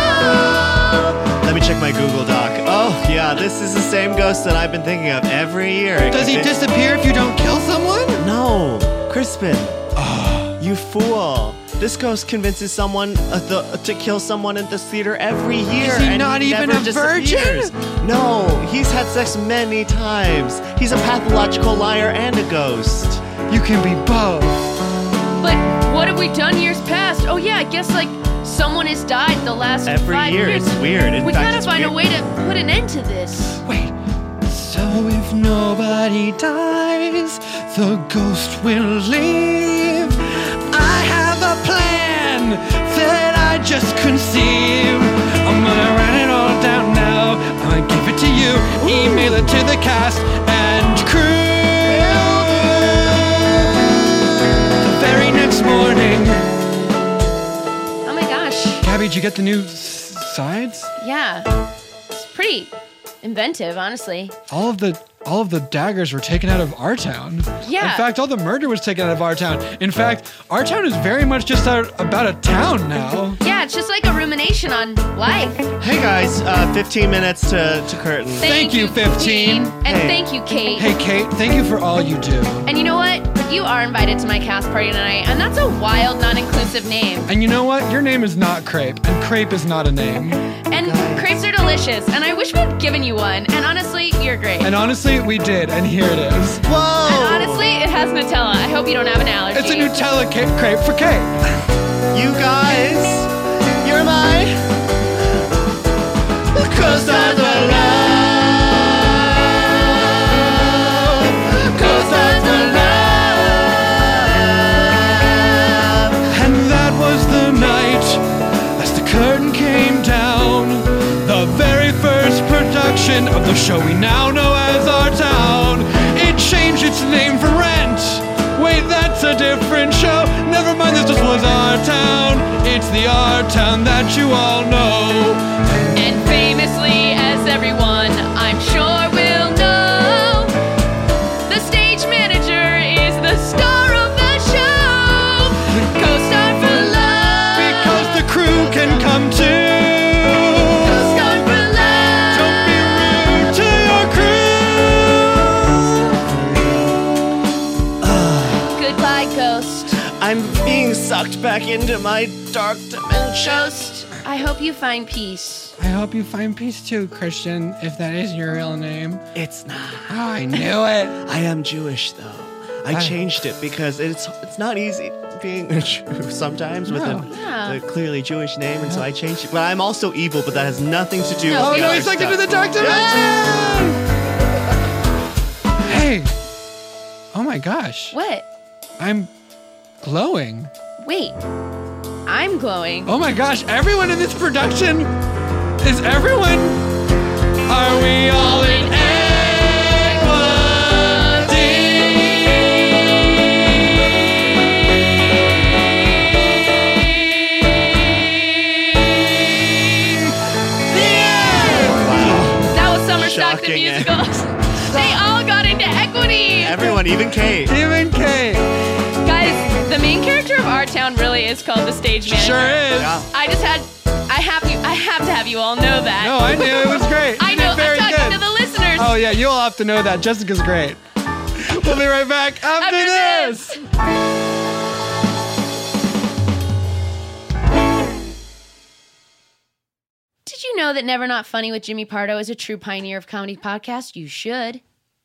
Speaker 2: all.
Speaker 10: Let me check my Google Doc.
Speaker 5: Oh, yeah, this is the same ghost that I've been thinking of every year.
Speaker 1: Does he
Speaker 5: It-
Speaker 1: disappear if you don't kill someone?
Speaker 5: No, Crispin.
Speaker 1: Ah.
Speaker 5: You fool. This ghost convinces someone uh, the, to kill someone at this theater every year.
Speaker 1: he
Speaker 5: and
Speaker 1: not even
Speaker 5: never
Speaker 1: a virgin?
Speaker 5: disappears. No, he's had sex many times. He's a pathological liar and a ghost.
Speaker 1: You can be both.
Speaker 2: But what have we done years past? Oh yeah, I guess like someone has died the last
Speaker 5: Every
Speaker 2: five
Speaker 5: year,
Speaker 2: years.
Speaker 5: it's weird. In
Speaker 2: we
Speaker 5: fact,
Speaker 2: gotta
Speaker 5: it's
Speaker 2: find a
Speaker 5: weird.
Speaker 2: way to put an end to this.
Speaker 1: Wait. So if nobody dies, the ghost will leave. I have a plan that I just conceived. I'm gonna write it all down now. I'm gonna give it to you. Email it to the cast and crew. The very next morning.
Speaker 2: Oh my gosh.
Speaker 1: Gabby, did you get the new s- sides?
Speaker 2: Yeah. It's pretty inventive, honestly.
Speaker 1: all of the all of the daggers were taken out of our town.
Speaker 2: Yeah.
Speaker 1: In fact, all the murder was taken out of our town. In fact, our town is very much just out, about a town now.
Speaker 2: Yeah, it's just like a rumination on life. Thank,
Speaker 5: Hey guys, uh, 15 minutes to, to curtain.
Speaker 1: you, 15.
Speaker 2: And
Speaker 5: Hey.
Speaker 2: thank you, Kate.
Speaker 1: Hey, Kate, thank you for all you do.
Speaker 2: And you know what? You are invited to my cast party tonight, and that's a wild, non inclusive name.
Speaker 1: And you know what? Your name is not Crepe, and Crepe is not a name.
Speaker 2: And crepes are delicious. And I wish we'd given you one. And honestly, you're great.
Speaker 1: And honestly, we did, and here it is.
Speaker 2: And
Speaker 5: Whoa!
Speaker 2: honestly, it has Nutella. I hope you don't have an allergy.
Speaker 1: It's a Nutella ca- crepe for cake.
Speaker 5: You guys, you're my Cause I'm the love Cause I'm the love
Speaker 1: And that was the night as the curtain came down. The very first production of the show we now know as Our Town. It changed its name from Rent. Wait, that's a different show. Never mind, this just was Our Town. It's the Our Town that you all know.
Speaker 2: And famously, as everyone I'm sure will know, the stage manager is the star of the show. Co-star for love.
Speaker 1: Because the crew can come too.
Speaker 2: Co-star for love.
Speaker 1: Don't be rude to your crew.
Speaker 2: Goodbye, ghost.
Speaker 5: I'm being sucked back into my dark dimension.
Speaker 2: Ghost, I hope you find peace.
Speaker 1: I hope you find peace too, Christian, if that is your real name.
Speaker 5: It's not.
Speaker 1: Oh, I knew it.
Speaker 5: I am Jewish though. I changed it because it's it's not easy being a Jew sometimes with
Speaker 1: No.
Speaker 5: a,
Speaker 2: Yeah.
Speaker 5: a clearly Jewish name, and so I changed it. But I'm also evil, but that has nothing to do.
Speaker 2: No,
Speaker 5: with
Speaker 1: Oh
Speaker 5: the
Speaker 1: no,
Speaker 5: other
Speaker 1: he's sucked into
Speaker 5: stuff.
Speaker 1: the dark dimension! Hey. Oh my gosh.
Speaker 2: What?
Speaker 1: I'm glowing.
Speaker 2: Wait. I'm glowing.
Speaker 1: Oh my gosh, everyone in this production is everyone. Are we all in equity?
Speaker 2: That was Summer Stock the
Speaker 5: Shocking, eh?
Speaker 2: musical. they all got into equity.
Speaker 5: Everyone, even Kate.
Speaker 1: Even Kate.
Speaker 2: Guys, the main character of our town really is called the stage manager.
Speaker 1: Sure is.
Speaker 5: Yeah.
Speaker 2: I just had, I have you, I have to have you all know that.
Speaker 1: No, I knew it was great.
Speaker 2: I
Speaker 1: You
Speaker 2: know.
Speaker 1: did very
Speaker 2: I'm talking
Speaker 1: good.
Speaker 2: to the listeners.
Speaker 1: Oh yeah, you'll have to know that. Jessica's great. We'll be right back after,
Speaker 2: after
Speaker 1: this.
Speaker 2: this. Did you know that Never Not Funny with Jimmy Pardo is a true pioneer of comedy podcast? You should.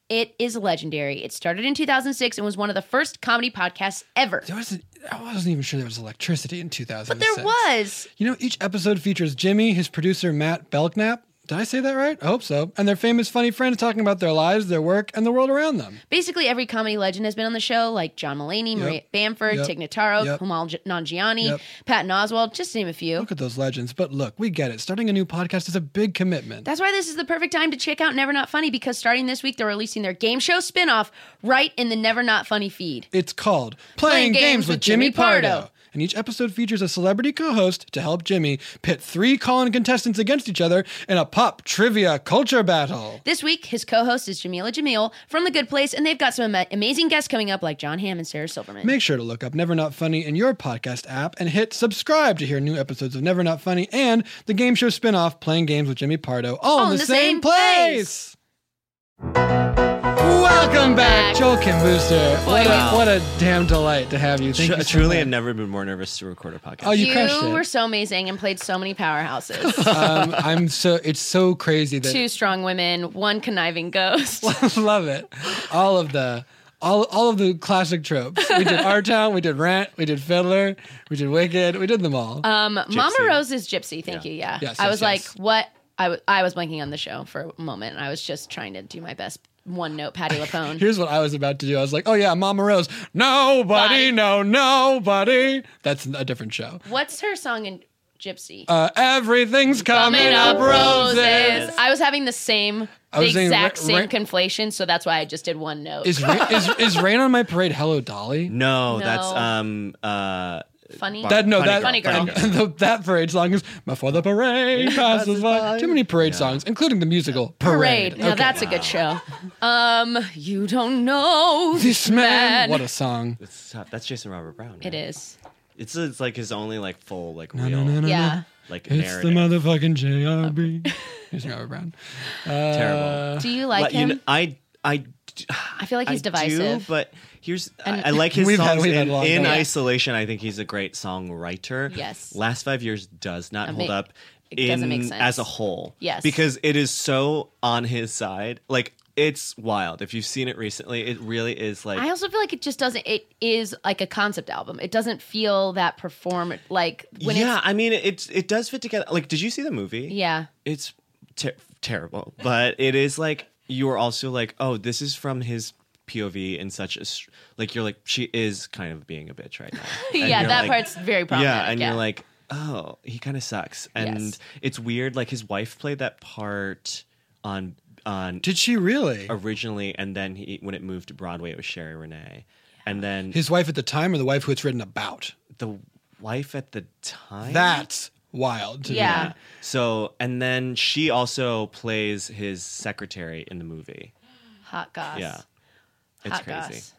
Speaker 2: It is legendary. It started in 2006 and was one of the first comedy podcasts ever.
Speaker 1: There wasn't. I wasn't even sure there was electricity in 2006.
Speaker 2: But there was.
Speaker 1: You know, each episode features Jimmy, his producer Matt Belknap. Did I say that right? I hope so. And their famous, funny friends talking about their lives, their work, and the world around them.
Speaker 2: Basically, every comedy legend has been on the show, like John Mulaney, Maria Bamford,
Speaker 1: Yep.
Speaker 2: Tig Notaro,
Speaker 1: Yep.
Speaker 2: Kamal J- Nanjiani,
Speaker 1: Yep.
Speaker 2: Patton Oswald, just to name a few.
Speaker 1: Look at those legends. But look, we get it. Starting a new podcast is a big commitment.
Speaker 2: That's why this is the perfect time to check out Never Not Funny because starting this week, they're releasing their game show spinoff right in the Never Not Funny feed.
Speaker 1: it's called Playing, Games, with Jimmy Pardo. And each episode features a celebrity co host to help Jimmy pit three call in contestants against each other in a pop trivia culture battle.
Speaker 2: This week, his co host is Jamila Jamil from The Good Place, and they've got some ama- amazing guests coming up like John Hamm and Sarah Silverman.
Speaker 1: Make sure to look up Never Not Funny in your podcast app and hit subscribe to hear new episodes of Never Not Funny and the game show spinoff Playing Games with Jimmy Pardo all in the, same, place. Welcome back, Joel Kim Booster. What a, what a damn delight to have you. Thank
Speaker 11: Tru-
Speaker 1: you so
Speaker 11: truly, I've
Speaker 1: much.
Speaker 11: never been more nervous to record a podcast.
Speaker 1: Oh, you,
Speaker 2: you
Speaker 1: crushed it.
Speaker 2: were so amazing and played so many powerhouses.
Speaker 1: um, I'm so it's so crazy that
Speaker 2: Two strong women, one conniving ghost.
Speaker 1: love it. All of the all all of the classic tropes. We did Our Town, we did Rant, we did Fiddler, we did Wicked, we did them all.
Speaker 2: Um, Mama Rose is Gypsy. Thank you. Yeah.
Speaker 1: Yes,
Speaker 2: I
Speaker 1: yes, yes.
Speaker 2: was like, what? I, w- I was blanking on the show for a moment. I was just trying to do my best one note Patty LaPone.
Speaker 1: Here's what I was about to do. I was like, oh yeah, Mama Rose. Nobody,
Speaker 2: Bye.
Speaker 1: no, nobody. That's a different show.
Speaker 2: What's her song in Gypsy?
Speaker 1: Uh, everything's coming,
Speaker 2: Coming
Speaker 1: up, roses.
Speaker 2: I was having the same,
Speaker 1: I
Speaker 2: the
Speaker 1: was saying
Speaker 2: exact
Speaker 1: ra- ra-
Speaker 2: same conflation, so that's why I just did one note.
Speaker 1: Is, ra- is is Rain on My Parade Hello Dolly?
Speaker 11: no, that's
Speaker 2: No.
Speaker 11: um uh
Speaker 2: Funny.
Speaker 1: That no,
Speaker 11: Funny
Speaker 1: that
Speaker 11: girl,
Speaker 2: Funny girl.
Speaker 1: um, the- that parade song is before the parade passes by. Too many parade songs, including the musical Parade.
Speaker 2: Parade. Now
Speaker 1: Okay.
Speaker 2: that's a good show. Um, you don't know
Speaker 1: This man. What a song.
Speaker 11: that's tough. That's Jason Robert Brown.
Speaker 2: It
Speaker 11: right?
Speaker 2: is.
Speaker 11: It's it's like his only like full like
Speaker 1: No,
Speaker 11: real
Speaker 1: no, no, no,
Speaker 2: Yeah.
Speaker 11: like
Speaker 1: no. It's
Speaker 11: narrative.
Speaker 1: the motherfucking JRB. Here's Robert Brown. Uh-huh.
Speaker 11: Terrible.
Speaker 2: Do you like
Speaker 11: Like, you
Speaker 2: him?
Speaker 11: know, I I d-
Speaker 2: I feel like
Speaker 11: I
Speaker 2: he's divisive.
Speaker 11: Do, but here's
Speaker 2: And-
Speaker 11: I, I like his
Speaker 1: We've had-
Speaker 11: songs
Speaker 1: we've had
Speaker 11: in,
Speaker 1: long
Speaker 11: in
Speaker 1: days.
Speaker 11: isolation. I think he's a great songwriter.
Speaker 2: Yes.
Speaker 11: Last five years does not
Speaker 2: Ama-
Speaker 11: hold up
Speaker 2: It doesn't make
Speaker 5: in-
Speaker 2: sense.
Speaker 5: as a whole.
Speaker 2: Yes.
Speaker 5: Because it is so on his side. Like it's wild. If you've seen it recently, it really is like
Speaker 2: I also feel like it just doesn't. It is like a concept album. It doesn't feel that perform like when
Speaker 5: Yeah,
Speaker 2: it's
Speaker 5: I mean it's it does fit together. Like did you see the movie?
Speaker 2: yeah.
Speaker 5: It's ter- terrible, but it is like you are also like, "Oh, this is from his POV in such a str- like you're like she is kind of being a bitch right now." And
Speaker 2: yeah,
Speaker 5: you're
Speaker 2: that
Speaker 5: like-
Speaker 2: part's very problematic.
Speaker 5: Yeah, and you're like, oh, he kind of sucks, and
Speaker 2: Yes.
Speaker 5: it's weird. Like his wife played that part on on
Speaker 1: Did she really?
Speaker 5: originally, and then he when it moved to Broadway, it was Sherry Renee, and then
Speaker 1: His wife at the time or the wife who it's written about?
Speaker 5: the wife at the time
Speaker 1: That's wild. to me.
Speaker 2: yeah.
Speaker 5: So and then she also plays his secretary in the movie.
Speaker 2: hot goss.
Speaker 5: Yeah, it's
Speaker 2: hot
Speaker 5: crazy.
Speaker 2: goss.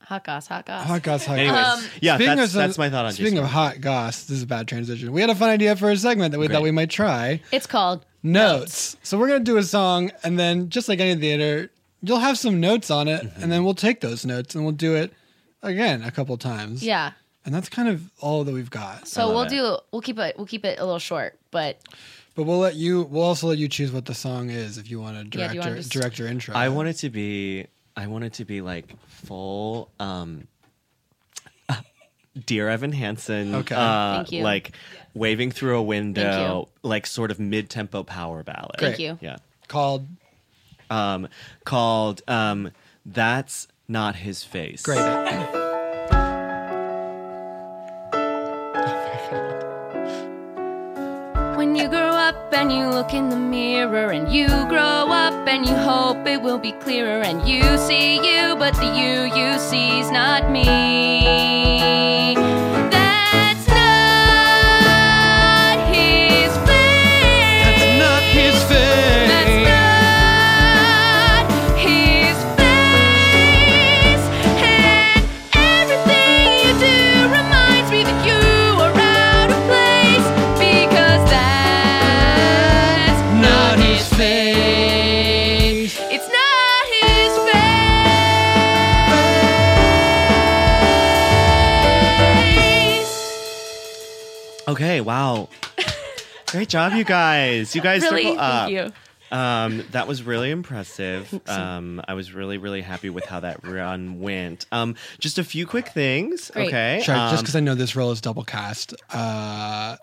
Speaker 2: Hot goss, hot goss.
Speaker 1: Hot goss, hot
Speaker 5: Anyways,
Speaker 1: goss.
Speaker 5: yeah,
Speaker 1: Speaking
Speaker 5: that's,
Speaker 1: of-
Speaker 5: that's my thought on
Speaker 1: Speaking
Speaker 5: Jason.
Speaker 1: of hot goss, this is a bad transition. We had a fun idea for a segment that we
Speaker 5: Great.
Speaker 1: thought we might try.
Speaker 2: It's called
Speaker 1: notes. So we're gonna do a song, and then just like any theater, you'll have some notes on it,
Speaker 5: Mm-hmm.
Speaker 1: and then we'll take those notes and we'll do it again a couple times.
Speaker 2: yeah.
Speaker 1: and that's kind of all that we've got.
Speaker 2: So we'll
Speaker 5: it.
Speaker 2: do we'll keep it we'll keep it a little short, but
Speaker 1: But we'll let you. We'll also let you choose what the song is if you want to direct
Speaker 2: you wanna
Speaker 1: your
Speaker 2: just-
Speaker 1: direct your intro.
Speaker 5: I want it to be I want it to be like full um Dear Evan Hansen,
Speaker 1: Okay.
Speaker 5: uh,
Speaker 2: Thank you.
Speaker 5: like waving through a window,
Speaker 2: Thank
Speaker 5: like sort of mid-tempo power ballad.
Speaker 2: Thank Great. you.
Speaker 5: Yeah,
Speaker 1: called.
Speaker 5: um, called um, "That's Not His Face."
Speaker 1: Great.
Speaker 2: When you grow up and you look in the mirror, and you grow up and you hope it will be clearer, and you see you, but the you you see's not me. That's not his face.
Speaker 5: Not his face.
Speaker 2: That's not his face. And everything you do reminds me that you are out of place because that's not his face. It's not his face.
Speaker 5: Okay. Wow. Great job, you guys. You guys uh,
Speaker 2: Really?
Speaker 5: circle up.
Speaker 2: Thank you.
Speaker 5: Um, that was really impressive. Um, I was really, really happy with how that run went. Um, just a few quick things.
Speaker 2: Great.
Speaker 5: Okay.
Speaker 1: Sorry,
Speaker 5: um,
Speaker 1: just because I know this role is double cast, uh,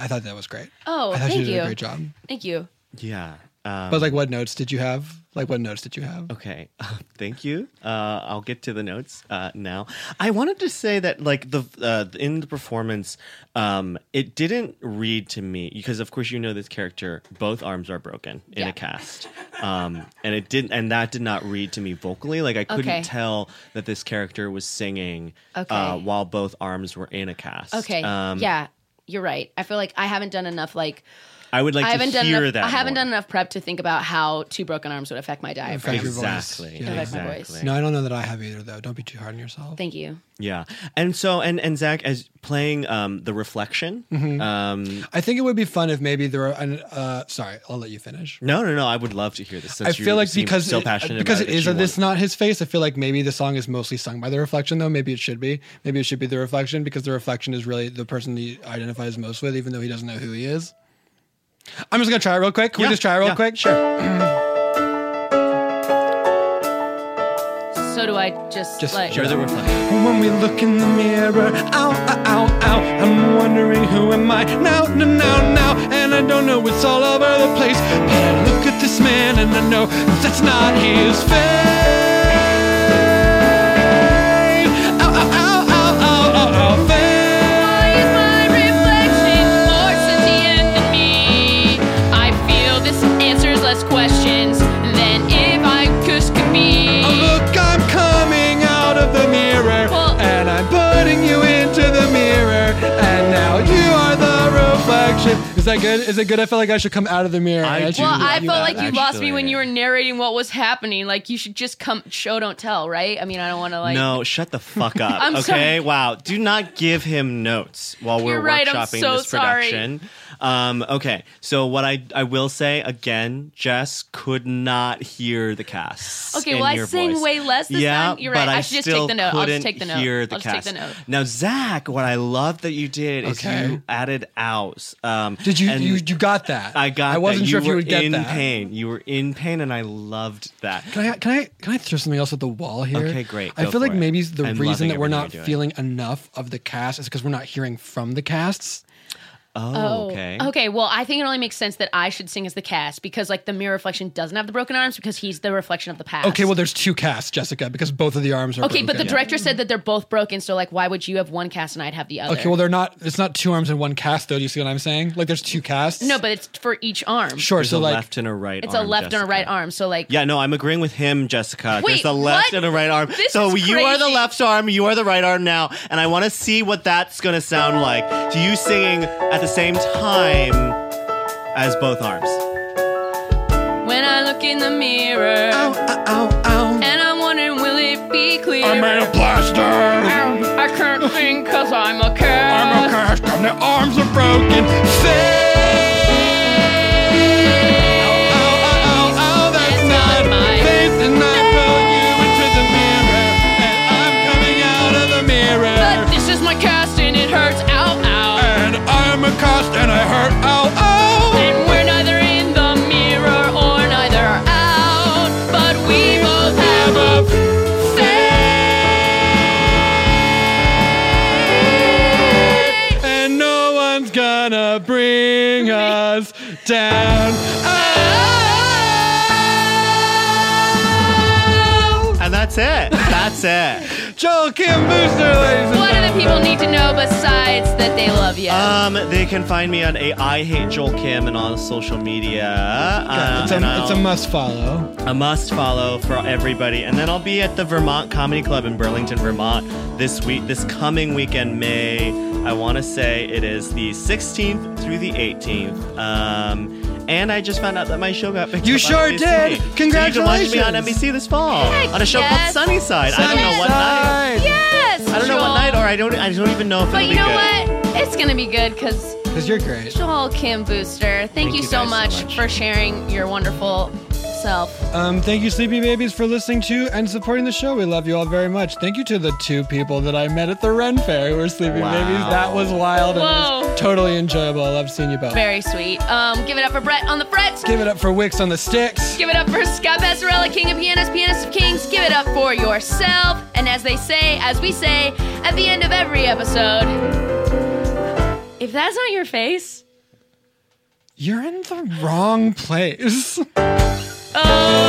Speaker 1: I thought that was great.
Speaker 2: Oh,
Speaker 1: I thought
Speaker 2: thank
Speaker 1: you did
Speaker 2: you.
Speaker 1: a great job.
Speaker 2: Thank you.
Speaker 5: yeah. Um,
Speaker 1: But like, what notes did you have? Like, what notes did you have?
Speaker 5: okay. Thank you. Uh, I'll get to the notes uh, now. I wanted to say that, like the uh, in the performance, um, it didn't read to me because, of course, you know this character. Both arms are broken in
Speaker 2: Yeah.
Speaker 5: a cast, um, and it didn't, and that did not read to me vocally. Like I couldn't
Speaker 2: Okay.
Speaker 5: tell that this character was singing uh,
Speaker 2: Okay.
Speaker 5: while both arms were in a cast.
Speaker 2: Okay.
Speaker 5: Um,
Speaker 2: yeah. You're right. I feel like I haven't done enough like
Speaker 5: I would like
Speaker 2: I
Speaker 5: to
Speaker 2: haven't done
Speaker 5: hear
Speaker 2: enough,
Speaker 5: that.
Speaker 2: I haven't
Speaker 5: more.
Speaker 2: done enough prep to think about how two broken arms would affect my diaphragm.
Speaker 1: Affect your voice.
Speaker 5: Exactly.
Speaker 1: Yeah.
Speaker 2: Affect my voice.
Speaker 5: Exactly.
Speaker 1: No, I don't know that I have either though. Don't be too hard on yourself.
Speaker 2: Thank you.
Speaker 5: Yeah, and so and and Zach as playing um the reflection.
Speaker 1: Mm-hmm.
Speaker 5: Um,
Speaker 1: I think it would be fun if maybe there were. An, uh, sorry, I'll let you finish.
Speaker 5: no, no, no. I would love to hear this.
Speaker 1: I
Speaker 5: Since
Speaker 1: feel
Speaker 5: you
Speaker 1: like
Speaker 5: seem
Speaker 1: because
Speaker 5: so
Speaker 1: it- uh,
Speaker 5: passionate
Speaker 1: because
Speaker 5: about
Speaker 1: it
Speaker 5: that
Speaker 1: is
Speaker 5: you
Speaker 1: this
Speaker 5: want-
Speaker 1: not his face. I feel like maybe the song is mostly sung by the reflection though. Maybe it should be. Maybe it should be the reflection because the reflection is really the person he identifies most with, even though he doesn't know who he is. I'm just gonna try it real quick. Can
Speaker 5: Yeah,
Speaker 1: we just try it real
Speaker 5: yeah,
Speaker 1: quick?
Speaker 5: Sure.
Speaker 2: So do I just,
Speaker 1: Just
Speaker 2: like
Speaker 1: sure.
Speaker 5: Or the reflection.
Speaker 1: When we look in the mirror, ow, ow, ow, ow, I'm wondering who am I now, now, now, now, and I don't know, it's all over the place. But I look at this man and I know that's not his face. Ow, ow, ow, ow, ow, ow, ow, face.
Speaker 2: Why is my reflection more sentient than me? I feel this answers less questions than if I just could be.
Speaker 1: Oh, look, I'm coming out of the mirror,
Speaker 2: Well-
Speaker 1: and I'm putting you into the mirror, and now you are the reflection. Is that good? Is it good? I feel like I should come out of the mirror.
Speaker 5: I
Speaker 1: and
Speaker 5: do.
Speaker 1: you-
Speaker 2: Well, I
Speaker 1: you
Speaker 2: felt like
Speaker 1: out.
Speaker 2: you lost me when
Speaker 5: actually-
Speaker 2: you were narrating what was happening. Like you should just come show, don't tell, right? I mean, I don't want to like.
Speaker 5: no, shut the fuck up.
Speaker 2: I'm
Speaker 5: okay,
Speaker 2: sorry.
Speaker 5: wow. Do not give him notes while we're
Speaker 2: You're right, I'm
Speaker 5: workshopping
Speaker 2: so
Speaker 5: this
Speaker 2: sorry.
Speaker 5: production. Um, okay, so what I I will say again, Jess could not hear the cast.
Speaker 2: Okay,
Speaker 5: in
Speaker 2: well, I
Speaker 5: your
Speaker 2: sing
Speaker 5: voice.
Speaker 2: way less this
Speaker 5: yeah,
Speaker 2: time. You're
Speaker 5: but
Speaker 2: right. I
Speaker 5: I
Speaker 2: should just
Speaker 5: still
Speaker 2: take the note. I'll just
Speaker 5: couldn't
Speaker 2: take the note.
Speaker 5: Hear the
Speaker 2: I'll just
Speaker 5: cast.
Speaker 2: take the note.
Speaker 5: Now, Zach, what I love that you did is
Speaker 1: Okay.
Speaker 5: you added out. Um,
Speaker 1: Did Did you
Speaker 5: And
Speaker 1: you you got that?
Speaker 5: I got.
Speaker 1: I wasn't
Speaker 5: that.
Speaker 1: sure
Speaker 5: you
Speaker 1: if you
Speaker 5: were
Speaker 1: would get
Speaker 5: in
Speaker 1: that.
Speaker 5: pain. You were in pain, and I loved that.
Speaker 1: Can I can I can I throw something else at the wall here?
Speaker 5: Okay, great.
Speaker 1: I
Speaker 5: Go
Speaker 1: feel like
Speaker 5: for it.
Speaker 1: maybe the
Speaker 5: I'm
Speaker 1: reason
Speaker 5: loving
Speaker 1: that we're
Speaker 5: everything
Speaker 1: not
Speaker 5: you're doing.
Speaker 1: feeling enough of the cast is because we're not hearing from the casts.
Speaker 5: Oh, okay.
Speaker 2: Okay. Well, I think it only makes sense that I should sing as the cast because, like, the mirror reflection doesn't have the broken arms because he's the reflection of the past.
Speaker 1: Okay, well, there's two casts, Jessica, because both of the arms are.
Speaker 2: Okay, but the
Speaker 1: broken.
Speaker 2: director said that they're both broken, so like, why would you have one cast and I'd have the other?
Speaker 1: Okay, well, they're not. It's not two arms and one cast, though. Do you see what I'm saying? Like, there's two casts.
Speaker 2: no, but it's for each arm.
Speaker 1: sure.
Speaker 5: There's
Speaker 1: So
Speaker 5: a
Speaker 1: like,
Speaker 5: left and a right.
Speaker 2: it's
Speaker 5: arm,
Speaker 2: a left
Speaker 5: Jessica.
Speaker 2: and a right arm. So like,
Speaker 5: Yeah, no, I'm agreeing with him, Jessica.
Speaker 2: Wait,
Speaker 5: There's a left
Speaker 2: what?
Speaker 5: and a right arm.
Speaker 2: This
Speaker 5: so
Speaker 2: is
Speaker 5: you are the
Speaker 2: crazy.
Speaker 5: left arm, you are the right arm now, and I want to see what that's going to sound like. Do you singing at the same time as both arms?
Speaker 2: when I look in the mirror and I'm wondering, will it be clear? I made a plaster. I can't think because I'm a cast. I'm a cast. It's not mine. But this is my cast and it hurts. Ow, ow.
Speaker 1: and I hurt. Oh, Ow, ow.
Speaker 2: And we're neither in the mirror or neither out. But we both have a face.
Speaker 1: And no one's gonna bring us down.
Speaker 2: Oh!
Speaker 1: Ow.
Speaker 5: And that's it. That's it.
Speaker 1: Joel Kim Booster, ladies and
Speaker 2: What do the people need to know besides that they love you?
Speaker 5: Um, they can find me on a I Hate Joel Kim and on social media. Uh,
Speaker 1: it's,
Speaker 5: and
Speaker 1: a, it's a
Speaker 5: I'll-
Speaker 1: must follow.
Speaker 5: a must follow for everybody. And then I'll be at the Vermont Comedy Club in Burlington, Vermont this week, this coming weekend, May. I want to say it is the 16th through the 18th. Um, and I just found out that my show got picked
Speaker 1: You
Speaker 5: up on
Speaker 1: sure did.
Speaker 5: NBC. So you can watch
Speaker 1: Congratulations.
Speaker 5: me on NBC this fall
Speaker 2: Heck
Speaker 5: on a show
Speaker 2: yes.
Speaker 5: called Sunnyside. I don't know what night.
Speaker 1: Sunnyside.
Speaker 2: yes.
Speaker 5: I don't know what
Speaker 2: Joel.
Speaker 5: night, or I don't. I don't even know if
Speaker 2: But you
Speaker 5: it'll be
Speaker 2: know
Speaker 5: good.
Speaker 2: what? It's gonna be good because
Speaker 1: Because you're great.
Speaker 2: Joel Kim Booster. Thank, you,
Speaker 5: you
Speaker 2: so,
Speaker 5: guys so
Speaker 2: much
Speaker 5: much.
Speaker 2: for sharing your wonderful self.
Speaker 1: Um, thank you, Sleepy Babies, for listening to and supporting the show. We love you all very much. Thank you to the two people that I met at the Ren Fair who were Sleepy
Speaker 5: Wow.
Speaker 1: Babies. That was wild and it
Speaker 2: Whoa.
Speaker 1: was totally enjoyable. I love seeing you both.
Speaker 2: Very sweet. Um, give it up for Brett on the frets.
Speaker 1: Give it up for Wicks on the Sticks.
Speaker 2: Give it up for Scott Passarella, King of Pianists, Pianist of Kings. Give it up for yourself. And as they say, as we say at the end of every episode, if that's not your face,
Speaker 1: You're in the wrong place.
Speaker 2: oh.